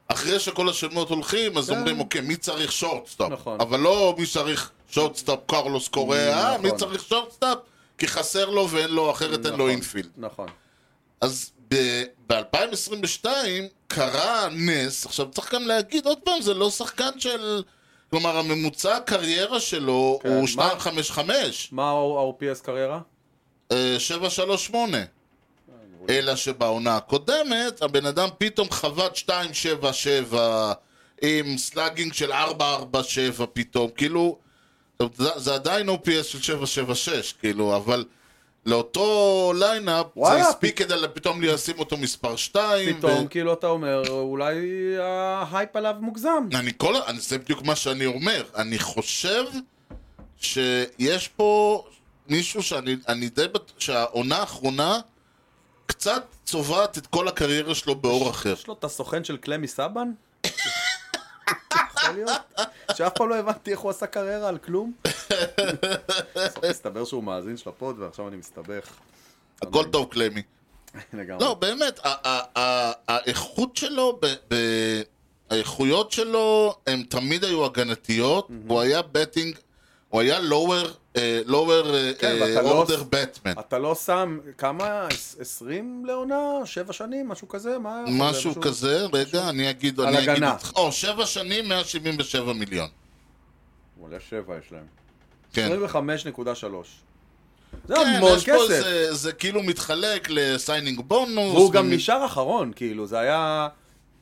A: אחרי שכל השמות הולכים, אז
B: כן.
A: אומרים, אוקיי, מי צריך שורטסטאפ?
B: נכון.
A: אבל לא מי צריך שורטסטאפ, קרלוס קוריאה,
B: נכון.
A: מי צריך שורטסטאפ? כי חסר לו ואין לו, אחרת אין לו
B: נכון,
A: אינפילד.
B: נכון.
A: אז ב-2022 קרה נס, עכשיו צריך גם להגיד עוד פעם, זה לא שחקן של... כלומר, הממוצע הקריירה שלו
B: כן,
A: הוא
B: מה?
A: 255,
B: מה ה-OPS קריירה?
A: אה, 738. אלא שבעונה הקודמת, הבן אדם פתאום חבט 277 עם סלאגינג של 447 פתאום, כאילו, זה, זה עדיין OPS של 776, כאילו, אבל לאותו ליינאפ,
B: וואלה,
A: זה הספיק כדי פתאום לשים אותו מספר 2.
B: פתאום, כאילו, אתה אומר, אולי ההייפ עליו מוגזם.
A: אני כל... אני, זה בדיוק מה שאני אומר. אני חושב שיש פה מישהו שאני אני די בטוח שהעונה האחרונה קצת צובעת את כל הקריירה שלו באור אחר.
B: יש לו את הסוכן של קלמי סבן? יכול להיות? שאף פעם לא הבנתי איך הוא עשה קריירה על כלום. בסוף מסתבר שהוא מאזין של הפוד ועכשיו אני מסתבך.
A: הכל טוב, קלמי.
B: לגמרי.
A: לא, באמת, ה- ה- ה- האיכות שלו, ב- ב- האיכויות שלו, הן תמיד היו הגנתיות. הוא היה בטינג, הוא היה אה, לואוור, לואוור
B: כן, ואתה לא-
A: אורדר בטמן.
B: אתה לא שם כמה? עש- 20 לעונה? 7 שנים? משהו כזה? מה?
A: משהו
B: זה
A: כזה, רגע, אני אגיד,
B: על
A: אני אגיד
B: הגנה.
A: אותך. או, שבע שנים, 177 מיליון.
B: עולה 7 יש להם.
A: כן.
B: 25.3. זה
A: כן,
B: המון
A: יש פה
B: כסף.
A: איזה- זה כאילו מתחלק לסיינינג בונוס.
B: והוא גם
A: ומ-
B: נשאר אחרון, כאילו, זה היה...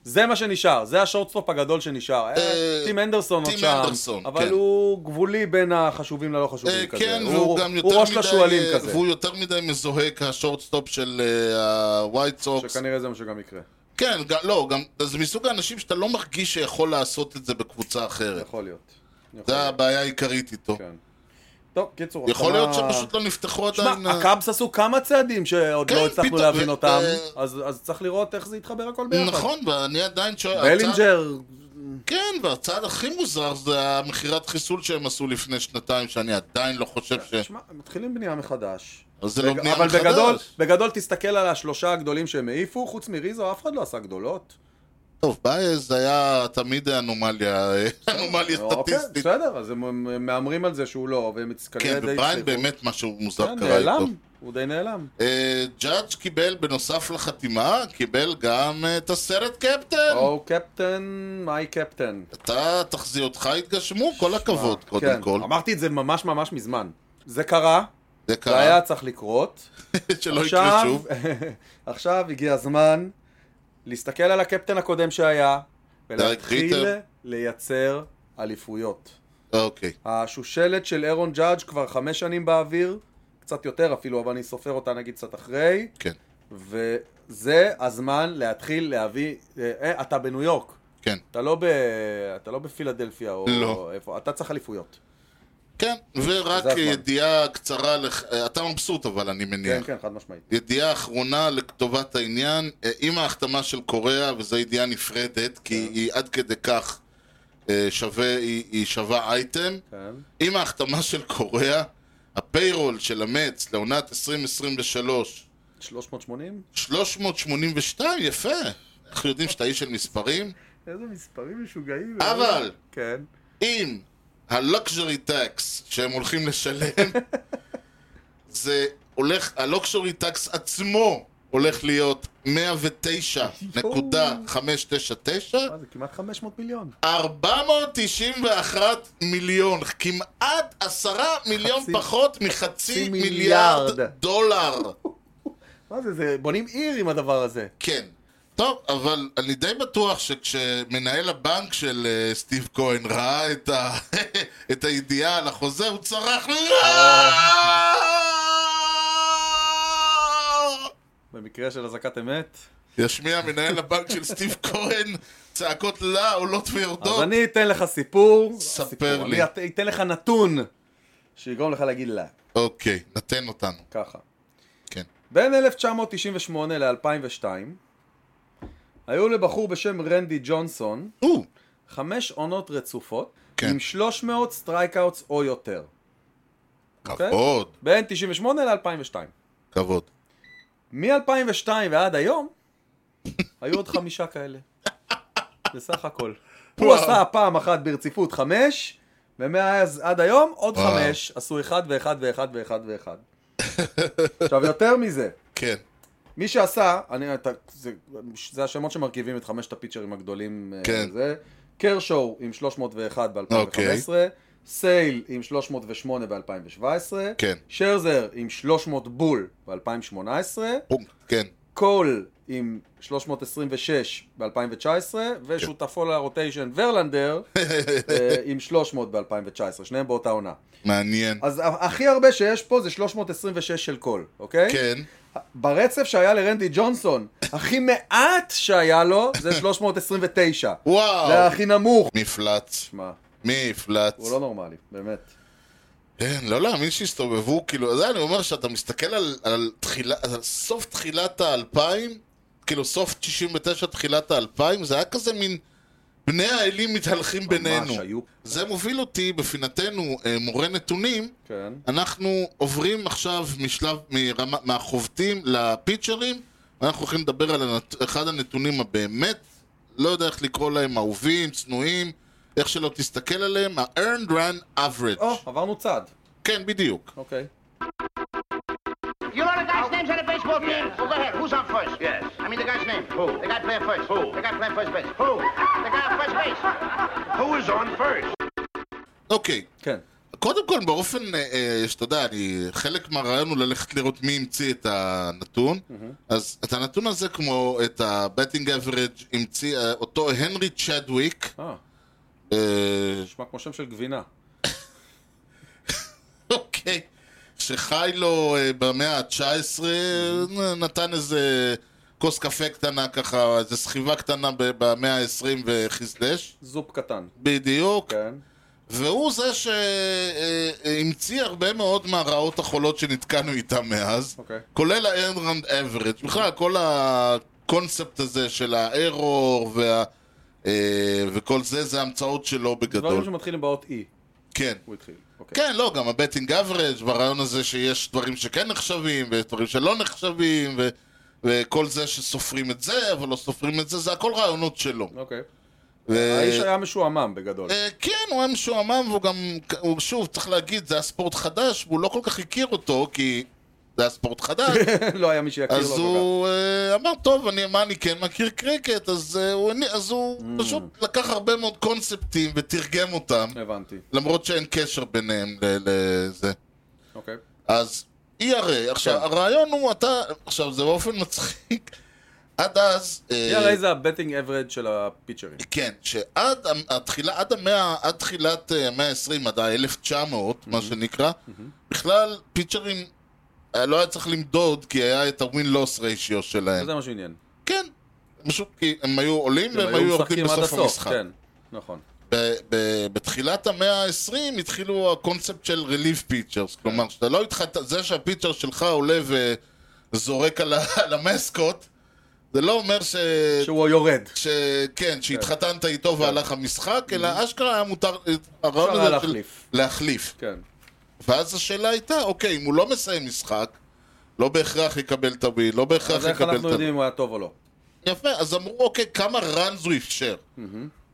B: זה מה שנשאר, זה השורטסטופ הגדול שנשאר. היה
A: אה,
B: טים אנדרסון עוד
A: טים
B: שם,
A: אנדרסון,
B: אבל
A: כן.
B: הוא גבולי בין החשובים ללא
A: אה,
B: חשובים כזה.
A: כן, והוא גם יותר
B: הוא ראש
A: מדי,
B: לשועלים
A: אה,
B: כזה,
A: והוא יותר מדי מזוהה כהשורטסטופ של אה, הווייט סוקס.
B: שכנראה זה מה שגם יקרה,
A: כן, גם- לא, גם, זה מסוג האנשים שאתה לא מרגיש שיכול לעשות את זה בקבוצה אחרת.
B: יכול להיות. יכול
A: זה
B: להיות,
A: הבעיה העיקרית איתו.
B: כן. טוב, קיצור,
A: יכול
B: החתמה-
A: להיות שפשוט לא נפתחו עדיין...
B: שמע,
A: ה-
B: הקאבס עשו כמה צעדים שעוד
A: כן,
B: לא הצלחנו
A: פתאום,
B: להבין
A: ו-
B: אותם,
A: ו-
B: אז אז צריך לראות איך זה יתחבר הכל ביחד.
A: נכון, ואני עדיין שואל... הצעד-
B: בלינג'ר,
A: כן, והצעד הכי מוזר זה המכירת חיסול שהם עשו לפני שנתיים, שאני עדיין לא חושב ש...
B: שמע, מתחילים בנייה מחדש.
A: אבל זה לא
B: בג-
A: בנייה
B: אבל
A: מחדש.
B: בגדול, בגדול תסתכל על השלושה הגדולים שהם העיפו, חוץ מריזו אף אחד לא עשה גדולות.
A: טוב, בייס זה היה תמיד אנומליה, אנומליה
B: אוקיי,
A: סטטיסטית.
B: בסדר, אז הם- הם מהמרים על זה שהוא לא, והם כנראה
A: כן,
B: די
A: ובריין
B: הצליחו.
A: באמת משהו מוזר
B: כן,
A: קרה איתו.
B: נעלם, הוא די נעלם.
A: אה, ג'אדג' קיבל, בנוסף לחתימה, קיבל גם אה, את הסרט קפטן.
B: או קפטן, מיי קפטן.
A: אתה, תחזיותך התגשמו, כל הכבוד,
B: אה,
A: קודם
B: כן.
A: כל.
B: אמרתי את זה ממש ממש מזמן. זה קרה,
A: זה
B: זה
A: קרה,
B: היה צריך לקרות.
A: שלא לא יקרה
B: עכשיו,
A: שוב.
B: עכשיו הגיע הזמן להסתכל על הקפטן הקודם שהיה, ולהתחיל
A: ריטר.
B: לייצר אליפויות.
A: אוקיי.
B: השושלת של אירון ג'אדג' כבר חמש שנים באוויר, קצת יותר אפילו, אבל אני סופר אותה נגיד קצת אחרי,
A: כן,
B: וזה הזמן להתחיל להביא... אה, אה, אתה בניו יורק,
A: כן.
B: אתה לא, ב... אתה לא בפילדלפיה או
A: לא.
B: איפה, אתה צריך אליפויות.
A: כן, ורק
B: זה הזמן.
A: ידיעה קצרה, לך- אה, אתה מבסוט אבל אני
B: כן,
A: מניח.
B: כן, חד משמעית.
A: ידיעה אחרונה לטובת העניין, אה, עם ההחתמה של קוריאה, וזו ידיעה נפרדת, כי היא עד כדי כך אה, שווה, היא היא שווה אייטם,
B: כן.
A: עם ההחתמה של קוריאה, הפיירול של המץ לעונת 2023,
B: 380?
A: 382, יפה. אנחנו יודעים שאתה איש של מספרים,
B: איזה מספרים משוגעים.
A: אבל
B: כן.
A: אם הלוקז'רי טקס שהם הולכים לשלם, זה הולך, הלוקז'רי טקס עצמו הולך להיות 109.599,
B: מה זה, כמעט 500 מיליון.
A: 491 מיליון, כמעט עשרה מיליון
B: חצי-
A: פחות מחצי
B: חצי
A: מיליארד
B: מיליארד.
A: דולר.
B: מה זה, זה, בונים עיר עם הדבר הזה.
A: כן. טוב, אבל אני די בטוח שכשמנהל הבנק של אה, סטיב כהן ראה את, ה... את הידיעה על החוזה, הוא צרח לא!
B: במקרה של אזעקת אמת.
A: ישמיע מנהל הבנק של סטיב כהן צעקות לה עולות
B: אז
A: ויורדות.
B: אני אתן לך סיפור.
A: ספר
B: סיפור,
A: לי.
B: אני את- אתן לך נתון שיגרום לך להגיד לה.
A: אוקיי, נתן אותנו.
B: ככה.
A: כן.
B: בין 1998 ל-2002 היו לבחור בשם רנדי ג'ונסון
A: או,
B: חמש עונות רצופות
A: כן.
B: עם 300 סטרייקאוטס או יותר.
A: כבוד,
B: בין 98 ל-2002.
A: כבוד.
B: מ-2002 ועד היום היו עוד חמישה כאלה. בסך הכל. הוא
A: וואו.
B: עשה פעם אחת ברציפות חמש, ומאז עד היום עוד
A: וואו.
B: חמש. עשו אחד ואחד ואחד ואחד ואחד. עכשיו יותר מזה,
A: כן,
B: מי שעשה, אני, אתה, זה, זה השמות שמרכיבים את חמשת הפיצ'רים הגדולים. אה,
A: כן.
B: זה. קרשו עם 301 ב-2015,
A: אוקיי.
B: סייל עם 308 ב-2017,
A: כן.
B: שרזר עם 300 בול ב-2018,
A: פונקט, כן.
B: קול עם 326 ב-2019,
A: כן.
B: ושותפו לרוטיישן ורלנדר אה, עם 300 ב-2019, שניהם באותה עונה.
A: מעניין.
B: אז ה- הכי הרבה שיש פה זה 326 של קול, אוקיי?
A: כן.
B: ברצף שהיה לרנדי ג'ונסון, הכי מעט שהיה לו זה 329.
A: וואו.
B: זה הכי נמוך.
A: מפלץ.
B: שמע,
A: מפלץ.
B: הוא לא נורמלי, באמת.
A: כן, לא להאמין שהסתובבו, כאילו, זה אני אומר שאתה מסתכל על, על, תחילה, על סוף תחילת האלפיים, כאילו סוף 99 תחילת האלפיים, זה היה כזה מין בני האלים מתהלכים בינינו.
B: היו.
A: זה מוביל אותי בפינתנו, אה, מורה נתונים,
B: כן.
A: אנחנו עוברים עכשיו משלב, מרמה, מהחובטים לפיצ'רים, ואנחנו הולכים לדבר על הנת... אחד הנתונים הבאמת, לא יודע איך לקרוא להם, אהובים, צנועים, איך שלא תסתכל עליהם, ה-earned run average.
B: או, עברנו צד.
A: כן, בדיוק.
B: אוקיי.
E: You know the guy's names on the baseball team? Well, go ahead. Who's on first? Yes. I mean the guy's name. Who? The guy playing first. Who? The guy playing first base. Who? The guy on first base.
D: Who is on first?
A: אוקיי.
B: כן.
A: קודם כל, באופן, אה, אה, שאתה יודע, אני, חלק מהרעיון הוא ללכת לראות מי המציא את הנתון. אז את הנתון הזה, כמו את ה-betting average, המציא אה, אותו הנרי צ'דוויק.
B: אה,
A: אה,
B: נשמע כמו שם של גבינה.
A: אוקיי. שחי לו אה, במאה ה-19, נתן איזה כוס קפה קטנה ככה, איזה סחיבה קטנה ב- במאה ה-20 וחיסלש.
B: זופ קטן.
A: בדיוק.
B: כן.
A: והוא זה שהמציא הרבה מאוד מהרעות החולות שנתקענו איתן מאז,
B: אוקיי.
A: כולל ה-Earned Average, בכלל כל הקונספט הזה של הארור וה... אה, וכל זה, זה המצאות שלו
B: דברים
A: בגדול.
B: שמתחילים באות אי.
A: כן.
B: הוא התחיל. אוקיי.
A: כן, לא, גם הבטינג אברג' והרעיון הזה שיש דברים שכן נחשבים, ויש דברים שלא נחשבים, ו... וכל זה שסופרים את זה, אבל לא סופרים את זה, זה הכל רעיונות שלו.
B: אוקיי.
A: אה, ו-
B: האיש היה משועמם בגדול.
A: אה, כן, הוא היה משועמם, והוא גם, הוא, שוב, צריך להגיד, זה היה ספורט חדש, והוא לא כל כך הכיר אותו, כי זה היה ספורט חדש,
B: לא היה מי שיכיר לו
A: אה, אז
B: כל
A: הוא אה, אמר, טוב, אני, מה, אני כן מכיר קריקט, אז, אה, הוא, הני- אז הוא
B: Mm.
A: פשוט לקח הרבה מאוד קונספטים ותרגם אותם,
B: כך. הבנתי.
A: למרות שאין קשר ביניהם ל- לזה.
B: אוקיי.
A: אז ERA, עכשיו,
B: כן.
A: הרעיון הוא, אתה, עכשיו, זה באופן מצחיק, עד אז... אה,
B: יאללה, זה הבטינג אברד של הפיצ'רים.
A: כן, שעד המ- התחילה, עד המאה, עד תחילת אה, המאה ה-20, עד ה-1900, מה שנקרא, בכלל, פיצ'רים, אה, לא היה צריך למדוד, כי היה את ה-win-loss ratio שלהם.
B: זה מה שעניין.
A: כן, פשוט כי הם היו עולים
B: הם
A: והם היו יורדים
B: משחקים עד
A: בסוף
B: הסוף.
A: המשחק.
B: כן. נכון.
A: ב- ב- בתח- בתחילת המאה ה-20 התחילו הקונספט של רליף פיצ'רס.
B: כן.
A: כלומר, שאתה לא התחלת... זה שהפיצ'ר שלך עולה וזורק על ה- על המסקוט, זה לא אומר ש...
B: שהוא יורד.
A: ש... כן, שהתחתנת איתו והלך המשחק, אלא אשכרה היה מותר... הרעיון
B: Mm-hmm. היה
A: הזה של-
B: להחליף.
A: להחליף.
B: כן.
A: ואז השאלה הייתה, אוקיי, אם הוא לא מסיים משחק, לא בהכרח יקבל את הבי, לא בהכרח
B: אז איך
A: יקבל את
B: אנחנו
A: הבי.
B: יודעים אם הוא היה טוב או לא?
A: יפה, אז אמרו, אוקיי, כמה ראנז הוא אפשר.
B: Mm-hmm.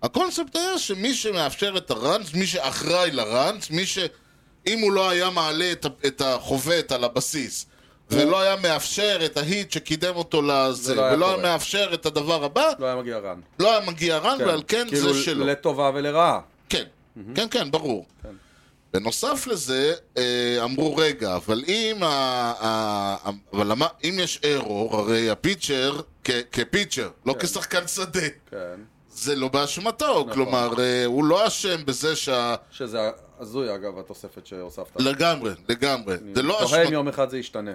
A: הקונספט היה שמי שמאפשר את הראנז, מי שאחראי לראנז, מי ש... אם הוא לא היה מעלה את, ה- את החובט על הבסיס, ולא היה מאפשר את ההיט שקידם אותו לזה,
B: לא היה
A: ולא היה
B: קורה.
A: מאפשר את הדבר הבא,
B: לא היה מגיע רן.
A: לא היה מגיע ראנז, ועל כן
B: כאילו,
A: זה שלו.
B: לטובה ולרעה.
A: כן, כן, כן, ברור. בנוסף לזה, אה, אמרו, רגע, אבל אם, ה, ה, ה, אבל למה, אם יש ארור, הרי הפיצ'ר, כ, כפיצ'ר, לא כשחקן שדה,
B: כן.
A: זה לא באשמתו,
B: נכון.
A: כלומר, אה, הוא לא אשם בזה שה...
B: שזה הזוי, אגב, התוספת שהוספת.
A: לגמרי, לגמרי, לא, זה לא
B: תוהה אם
A: אשמתו.
B: יום אחד זה ישתנה.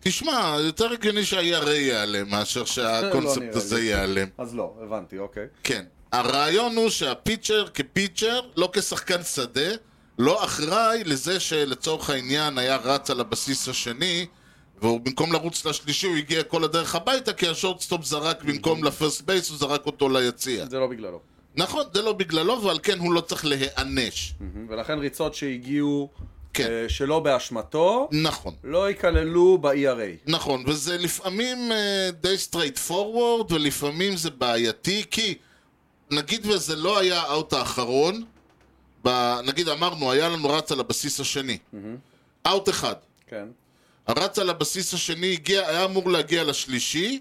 A: תשמע, יותר הגיוני שהירא ייעלם מאשר
B: לא
A: שהקונספט
B: נראה
A: הזה
B: לי.
A: ייעלם.
B: אז לא, הבנתי, אוקיי.
A: כן. הרעיון הוא שהפיצ'ר כפיצ'ר, לא כשחקן שדה, לא אחראי לזה שלצורך העניין היה רץ על הבסיס השני, והוא במקום לרוץ לשלישי הוא הגיע כל הדרך הביתה, כי השורטסטופ זרק במקום לפרסט בייס, הוא זרק אותו ליציע.
B: זה לא בגללו.
A: נכון, זה לא בגללו, ועל כן הוא לא צריך להיענש.
B: Mm-hmm. ולכן ריצות שהגיעו
A: כן.
B: אה, שלא באשמתו,
A: נכון.
B: לא ייכללו ב-ERA.
A: נכון, וזה לפעמים אה, די סטרייט פורוורד, ולפעמים זה בעייתי, כי נגיד וזה לא היה האאוט האחרון, ב, נגיד אמרנו, היה לנו רץ על הבסיס השני. אאוט אחד.
B: כן.
A: הרץ על הבסיס השני הגיע, היה אמור להגיע לשלישי,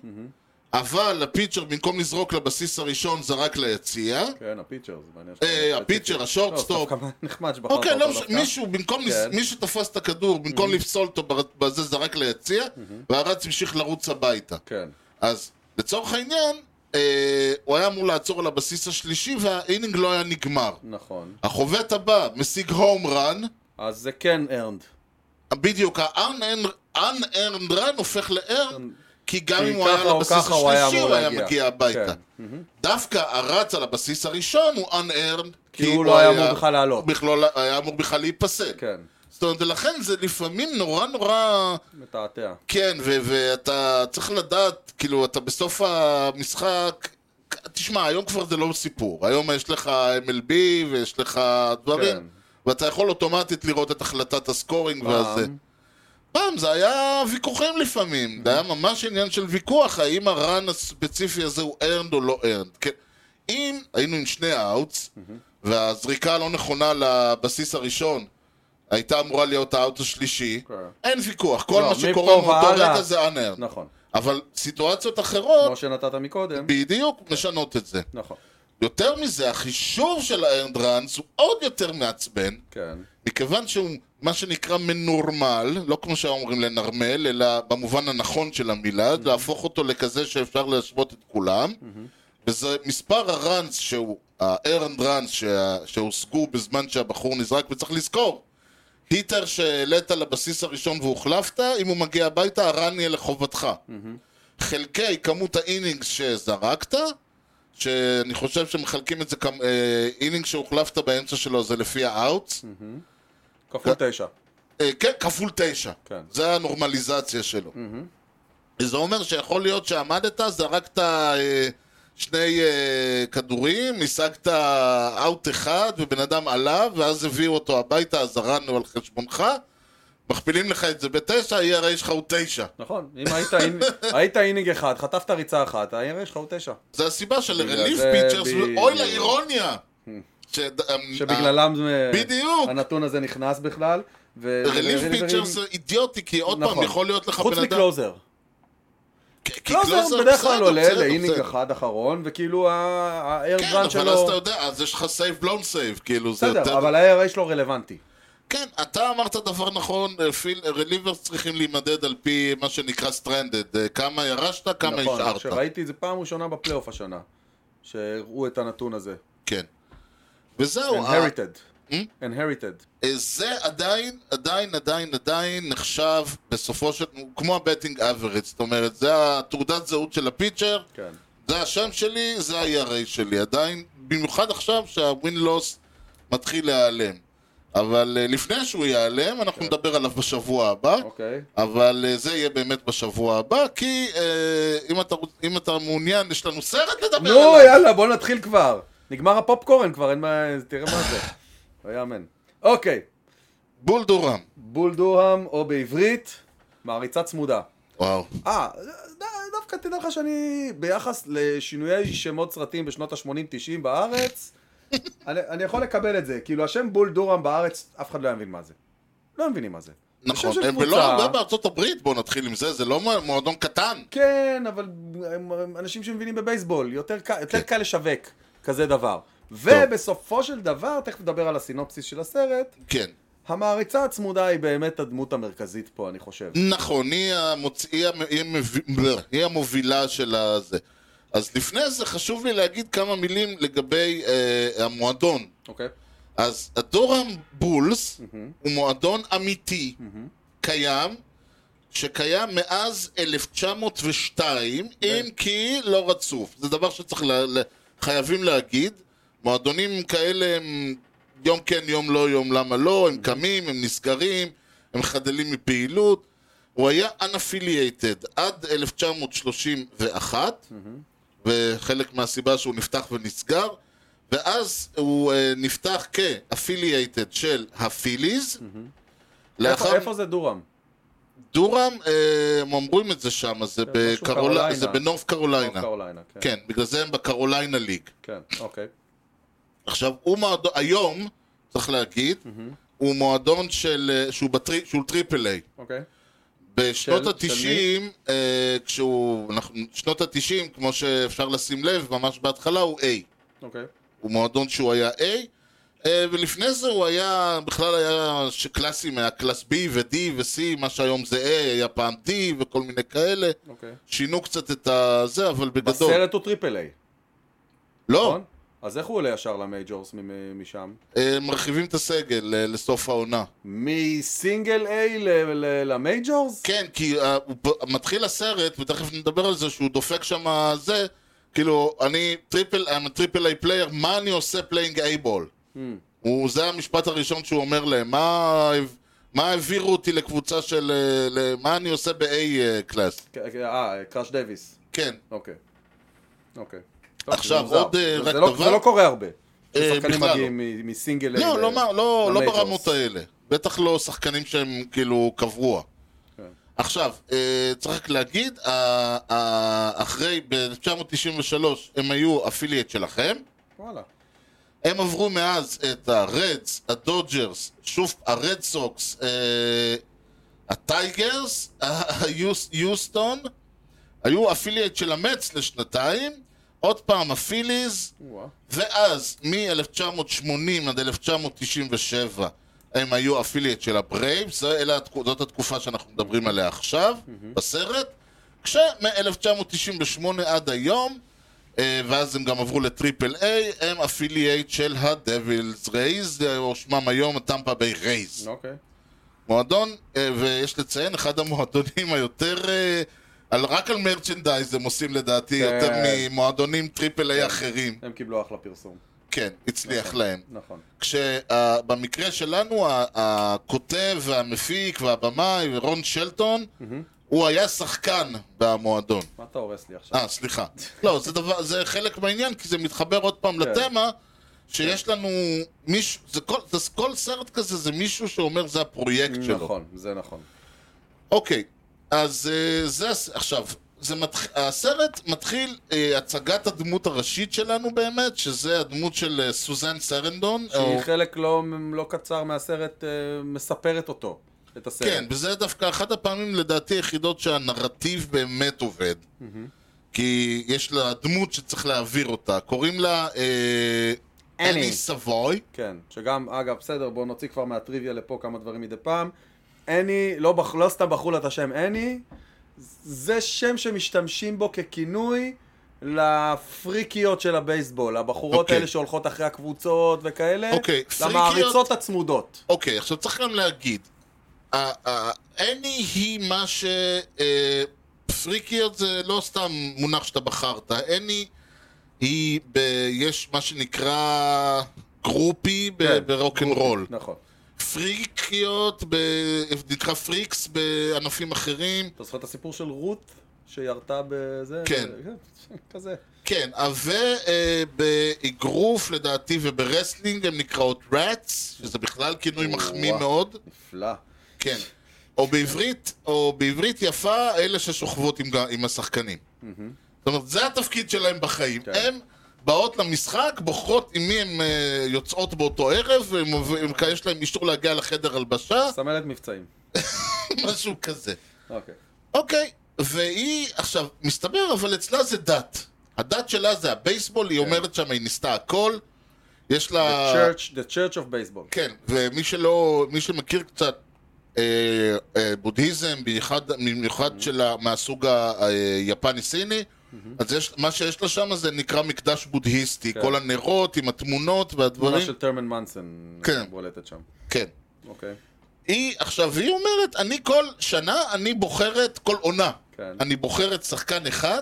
A: אבל הפיצ'ר במקום לזרוק לבסיס הראשון זרק ליציע.
B: כן, הפיצ'ר, זה מעניין.
A: אה, הפיצ'ר, השורטסטופ.
B: לא, דווקא נחמד שבחרת
A: אוקיי,
B: אותו
A: לא משנה,
B: דווקא.
A: מישהו, במקום, לס-
B: כן.
A: מי שתפס את הכדור, במקום לפסול אותו בר- בזה, זרק ליציע, והרץ המשיך לרוץ הביתה.
B: כן.
A: אז לצורך העניין, אה, הוא היה אמור לעצור על הבסיס השלישי והאינינג לא היה נגמר.
B: נכון.
A: החובט הבא משיג הום רן,
B: אז זה כן ארנד.
A: בדיוק ה-unearned run הופך ל-earned, כי גם
B: כן. כי
A: אם הוא היה
B: ככה
A: על
B: או
A: הבסיס
B: ככה הוא היה
A: השלישי,
B: אמור
A: הוא היה
B: להגיע.
A: מגיע הביתה.
B: כן.
A: דווקא הרץ על הבסיס הראשון הוא unearned,
B: כי הוא לא היה אמור בכלל לעלות.
A: בכלל לא, היה אמור בכלל להיפסל.
B: כן.
A: זאת אומרת, ולכן זה לפעמים נורא נורא...
B: מתעתע.
A: כן, ו- ואתה צריך לדעת, כאילו, אתה בסוף המשחק... תשמע, היום כבר זה לא סיפור. היום יש לך MLB ויש לך דברים,
B: כן.
A: ואתה יכול אוטומטית לראות את החלטת הסקורינג
B: פעם.
A: והזה. פעם זה היה ויכוחים לפעמים, זה היה ממש עניין של ויכוח, האם הרן הספציפי הזה הוא ארנד או לא ארנד. כן. אם היינו עם שני האוטס, והזריקה הלא נכונה לבסיס הראשון הייתה אמורה להיות האאוט השלישי,
B: כן.
A: אין ויכוח, כל
B: לא,
A: מה
B: מפה
A: שקורה מאותו
B: והלאה. לא.
A: רגע זה אנארד.
B: נכון.
A: אבל סיטואציות
B: כמו
A: אחרות
B: שנתת מקודם.
A: בדיוק משנות את זה.
B: נכון.
A: יותר מזה, החישוב של הארנד ראנס הוא עוד יותר מעצבן,
B: כן.
A: מכיוון שהוא מה שנקרא מנורמל, לא כמו שאומרים לנרמל, אלא במובן הנכון של המילה, mm-hmm. להפוך אותו לכזה שאפשר להשוות את כולם, mm-hmm. וזה מספר הראנס שהוא, ה-earned runs שה, שהושגו בזמן שהבחור נזרק, וצריך לזכור, היטר שהעלית לבסיס הראשון והוחלפת, אם הוא מגיע הביתה, הרן יהיה לחובתך. Mm-hmm. חלקי כמות האינינגס שזרקת, שאני חושב שמחלקים את זה, כמ- אה, אינינג שהוחלפת באמצע שלו זה לפי האאוטס,
B: כפול תשע.
A: אה, כן, כפול תשע.
B: כן.
A: זה הנורמליזציה שלו. זה אומר שיכול להיות שעמדת, זרקת אה, שני אה, כדורים, השגת אאוט אחד, ובן אדם עלה, ואז הביאו אותו הביתה, אז הרענו על חשבונך, מכפילים לך את זה בתשע, ERA שלך הוא תשע.
B: נכון. אם היית אינינג- היית אינינג אחד, חטפת ריצה אחת, ה-ERA שלך הוא תשע.
A: זה הסיבה של
B: בגלל
A: רליף
B: זה
A: פיצ'רס,
B: בדיוק.
A: אוי לאירוניה! אמ, ש-
B: שבגללם אה,
A: בדיוק.
B: הנתון הזה נכנס בכלל. ו-
A: רליף
B: ו-
A: פיצ'רס זה אידיוטי, כי עוד פעם,
B: נכון.
A: יכול להיות לך
B: חוץ
A: בן אדם...
B: מקלוזר.
A: כי- כי
B: קלוזר בדרך כלל
A: בסדר,
B: עולה
A: בסדר,
B: לאינינג
A: בסדר.
B: אחד אחרון, וכאילו
A: כן,
B: האיירגרנד
A: אבל אז אתה
B: שלו...
A: יודע, אז יש לך סייב בלון סייב, כאילו זה
B: בסדר,
A: יותר...
B: אבל ה-ERA שלו רלוונטי.
A: כן, אתה אמרת דבר נכון, אה, פיל- רליברס צריכים להימדד על פי מה שנקרא סטרנדד, כמה ירשת, כמה
B: נכון,
A: השארת.
B: שראיתי את זה פעם ראשונה בפלייאוף השנה, שהראו את הנתון הזה.
A: כן.
B: כן,
A: וזהו, ה-
B: Inherited. Inherited.
A: אה, זה עדיין, עדיין, עדיין, עדיין נחשב בסופו של... הוא כמו הבטינג אברג', זאת אומרת, זה התעודת זהות של הפיצ'ר,
B: כן.
A: זה השם שלי, זה ה-ERA שלי. עדיין, במיוחד עכשיו שהווין לוס מתחיל להיעלם. אבל אה, לפני שהוא ייעלם, אנחנו נדבר עליו בשבוע הבא.
B: כן. אוקיי.
A: אבל אה, זה יהיה באמת בשבוע הבא, כי אה, אם, אתה, רוצ- אם אתה מעוניין, יש לנו סרט לדבר
B: נו,
A: עליו.
B: יאללה, בוא נתחיל כבר. נגמר הפופקורן כבר, אין מה... תראה מה זה. לא יאמן. אוקיי,
A: בול דורם.
B: בול דוהם, או בעברית, מעריצה צמודה.
A: וואו.
B: אה, ד- דווקא תדע לך שאני, ביחס לשינויי שמות סרטים בשנות ה-80-90 בארץ, אני, אני יכול לקבל את זה. כאילו, השם בול דורם בארץ, אף אחד לא יבין מה זה. לא מבינים מה זה. זה שם
A: נכון,
B: של
A: הם
B: קבוצה.
A: ולא הרבה בארצות הברית, בואו נתחיל עם זה, זה לא מ- מועדון קטן.
B: כן, אבל הם- הם אנשים שמבינים בבייסבול, יותר, קל,
A: כן.
B: יותר קל לשווק כזה דבר. ובסופו של דבר, תכף נדבר על הסינופסיס של הסרט,
A: כן.
B: המעריצה הצמודה היא באמת הדמות המרכזית פה, אני חושב.
A: נכון, היא, המוצ... היא, המ... היא, המב... היא המובילה של הזה. אז לפני זה חשוב לי להגיד כמה מילים לגבי אה, המועדון.
B: אוקיי.
A: אז הדורם בולס הוא מועדון אמיתי, קיים, שקיים מאז 1902, אם כי לא רצוף. זה דבר שצריך, ל... ל- חייבים להגיד. מועדונים כאלה הם יום כן, יום לא, יום למה לא, הם קמים, הם נסגרים, הם חדלים מפעילות. הוא היה unaffiliated עד 1931, וחלק מהסיבה שהוא נפתח ונסגר, ואז הוא אה, נפתח כ-affiliated של הפיליז.
B: איפה, איפה זה דורם?
A: דורם, אה, הם אומרים את זה שם, אז זה,
B: משהו
A: בקרוליינה,
B: קרוליינה.
A: זה בנוף קרוליינה.
B: קרוליינה, כן.
A: כן, בגלל זה הם בקרוליינה ליג.
B: כן, אוקיי.
A: עכשיו, הוא מועדון, היום, צריך להגיד, הוא מועדון של, אה, שהוא, בטרי, שהוא טריפל איי.
B: אוקיי.
A: בשנות
B: של-
A: התשעים, אה, כשהוא, אנחנו, שנות התשעים, כמו שאפשר לשים לב, ממש בהתחלה הוא איי.
B: אוקיי.
A: הוא מועדון שהוא היה A, אה, ולפני זה הוא היה, בכלל היה שקלאסים, היה קלאס B ו-D ו-C, מה שהיום זה A, היה פעם D וכל מיני כאלה.
B: אוקיי.
A: שינו קצת את הזה, אבל בגדול.
B: בסרט הוא טריפל איי,
A: לא,
B: נכון? אז איך הוא עולה ישר למייג'ורס ממ- משם?
A: אה, מרחיבים את הסגל אה, לסוף העונה.
B: מסינגל איי ל- ל- למייג'ורס?
A: כן, כי אה, הוא ב- מתחיל הסרט, ותכף נדבר על זה, שהוא דופק שם זה, כאילו, אני טריפל, I'm a triple A player, מה אני עושה פליינג איי בול?
B: Hmm.
A: הוא, זה המשפט הראשון שהוא אומר להם, מה, מה העבירו אותי לקבוצה של, אה, ל- מה אני עושה ב-A קלאס?
B: כן, כן, אה, קראש דייוויס.
A: כן.
B: אוקיי. אוקיי.
A: עכשיו,
B: זה מוזר.
A: עוד, אה,
B: זה
A: רק
B: לא-
A: דבר-
B: זה לא קורה הרבה.
A: אה,
B: שחקנים
A: בכלל
B: מגיעים מ- מסינגל איי.
A: לא,
B: ל-
A: לא, מה- לא, לא
B: למייג'ורס.
A: ברמות האלה. בטח לא שחקנים שהם כאילו קבוע. עכשיו, אה, צריך רק להגיד, אה, אה, אחרי, ב-1993 הם היו אפילייט שלכם,
B: וואלה.
A: הם עברו מאז את הרדס, הדודג'רס, שוב הרד סוקס, אה, הטייגרס, היוס- יוסטון, היו אפילייט של המץ לשנתיים, עוד פעם הפיליז,
B: וואה.
A: ואז מ-1980 עד 1997 הם היו אפילייט של הברייבס, זו- אלה התק- זאת התקופה שאנחנו מדברים עליה עכשיו, בסרט, כשמ-1998 עד היום, אה, ואז הם גם עברו לטריפל איי, הם אפילייט של הדבילס רייז, אה, או שמם היום הטמפה ביי רייז.
B: אוקיי.
A: מועדון, אה, ויש לציין, אחד המועדונים היותר... אה, על, רק על מרצ'נדייז הם עושים לדעתי
B: כן.
A: יותר ממועדונים טריפל איי אחרים.
B: הם קיבלו אחלה פרסום.
A: כן, הצליח להם.
B: נכון.
A: כשבמקרה שלנו, ה- הכותב והמפיק והבמאי ורון שלטון, הוא היה שחקן במועדון.
B: מה אתה הורס לי עכשיו?
A: אה, סליחה. לא, זה, דבר, זה חלק מהעניין, כי זה מתחבר עוד פעם
B: כן.
A: לתמה, שיש לנו מישהו, זה כל, זה, כל סרט כזה זה מישהו שאומר זה הפרויקט אה, שלו. אה,
B: נכון, זה נכון.
A: אוקיי, אז אה, זה, הס- עכשיו, זה מתח... הסרט מתחיל אה, הצגת הדמות הראשית שלנו באמת, שזה הדמות של אה, סוזן סרנדון.
B: שהיא חלק לא, לא קצר מהסרט, אה, מספרת אותו, את הסרט.
A: כן, וזה דווקא אחת הפעמים לדעתי היחידות שהנרטיב באמת עובד. כי יש לה דמות שצריך להעביר אותה. קוראים לה אה,
B: אני.
A: אני סבוי.
B: כן, שגם, אגב, בסדר, בואו נוציא כבר מהטריוויה לפה כמה דברים מדי פעם. אני, לא, בח, לא סתם בחרו לה את השם אני, זה שם שמשתמשים בו ככינוי לפריקיות של הבייסבול, הבחורות
A: אוקיי.
B: האלה שהולכות אחרי הקבוצות וכאלה,
A: אוקיי, פריקיות-
B: למעריצות הצמודות.
A: אוקיי, עכשיו צריך גם להגיד, ה- ה- אני היא מה ש... אה, פריקיות זה לא סתם מונח שאתה בחרת, אני היא ב... יש מה שנקרא גרופי ב-
B: כן,
A: ברוקנרול.
B: נכון.
A: פריקיות, ב... נקרא פריקס בענפים אחרים.
B: אתה זוכר את הסיפור של רות שירתה בזה?
A: כן.
B: כזה.
A: כן, ובאגרוף לדעתי וברסלינג הן נקראות רץ, שזה בכלל כינוי מחמיא
B: וואו.
A: מאוד.
B: נפלא.
A: כן. או בעברית, או בעברית יפה, אלה ששוכבות עם, ג- עם השחקנים. זאת אומרת, זה התפקיד שלהם בחיים.
B: כן.
A: הן באות למשחק, בוחרות עם מי הן אה, יוצאות באותו ערב, ויש להם אישור להגיע לחדר הלבשה,
B: סמלת מבצעים.
A: משהו כזה.
B: אוקיי.
A: אוקיי, והיא, עכשיו, מסתבר, אבל אצלה זה דת. הדת שלה זה הבייסבול, היא אומרת שם, היא ניסתה הכל. יש לה...
B: Church, כן. the Church of Baseball.
A: אה, כן, ומי שלא, מי שמכיר קצת אה, אה, בודהיזם, במיוחד, במיוחד
B: Mm-hmm.
A: של ה- מהסוג היפני-סיני, אז יש, מה שיש לה שם זה נקרא מקדש בודהיסטי,
B: כן.
A: כל הנרות עם התמונות
B: תמונה
A: והדברים,
B: של טרמן מנסון
A: כן.
B: בולטת שם.
A: כן.
B: אוקיי.
A: היא, עכשיו, היא אומרת, אני כל שנה, אני בוחרת, כל עונה,
B: כן.
A: אני בוחרת שחקן אחד,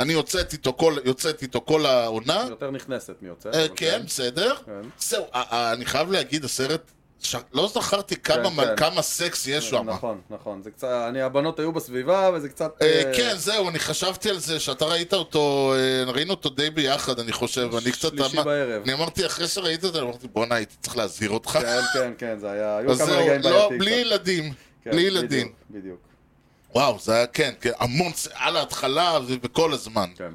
A: אני יוצאת איתו כל, יוצאת איתו כל העונה,
B: יותר נכנסת מיוצאת.
A: אה,
B: אבל
A: כן, בסדר.
B: כן.
A: זהו, ה- ה- אני חייב להגיד, הסרט, ש- לא זכרתי כמה
B: כן,
A: מ-
B: כן.
A: כמה סקס יש שם.
B: נכון, נכון. זה קצת... אני, הבנות היו בסביבה, וזה קצת...
A: אה,
B: אה,
A: כן, זהו, אני חשבתי על זה, שאתה ראית אותו, אה, ראינו אותו די ביחד, אני חושב, אני קצת...
B: שלישי
A: אמר-
B: בערב.
A: אני אמרתי, אחרי שראית את זה, אמרתי, בואנה, הייתי צריך להזהיר אותך.
B: כן, כן, כן, זה היה... היו
A: אז
B: כמה
A: זהו,
B: רגעים
A: לא,
B: בעייתיים
A: בלי
B: קצת.
A: ילדים.
B: כן,
A: בלי ילדים.
B: בדיוק, בדיוק.
A: וואו, זה היה, כן, כן, המון, ס- על ההתחלה וכל הזמן.
B: כן.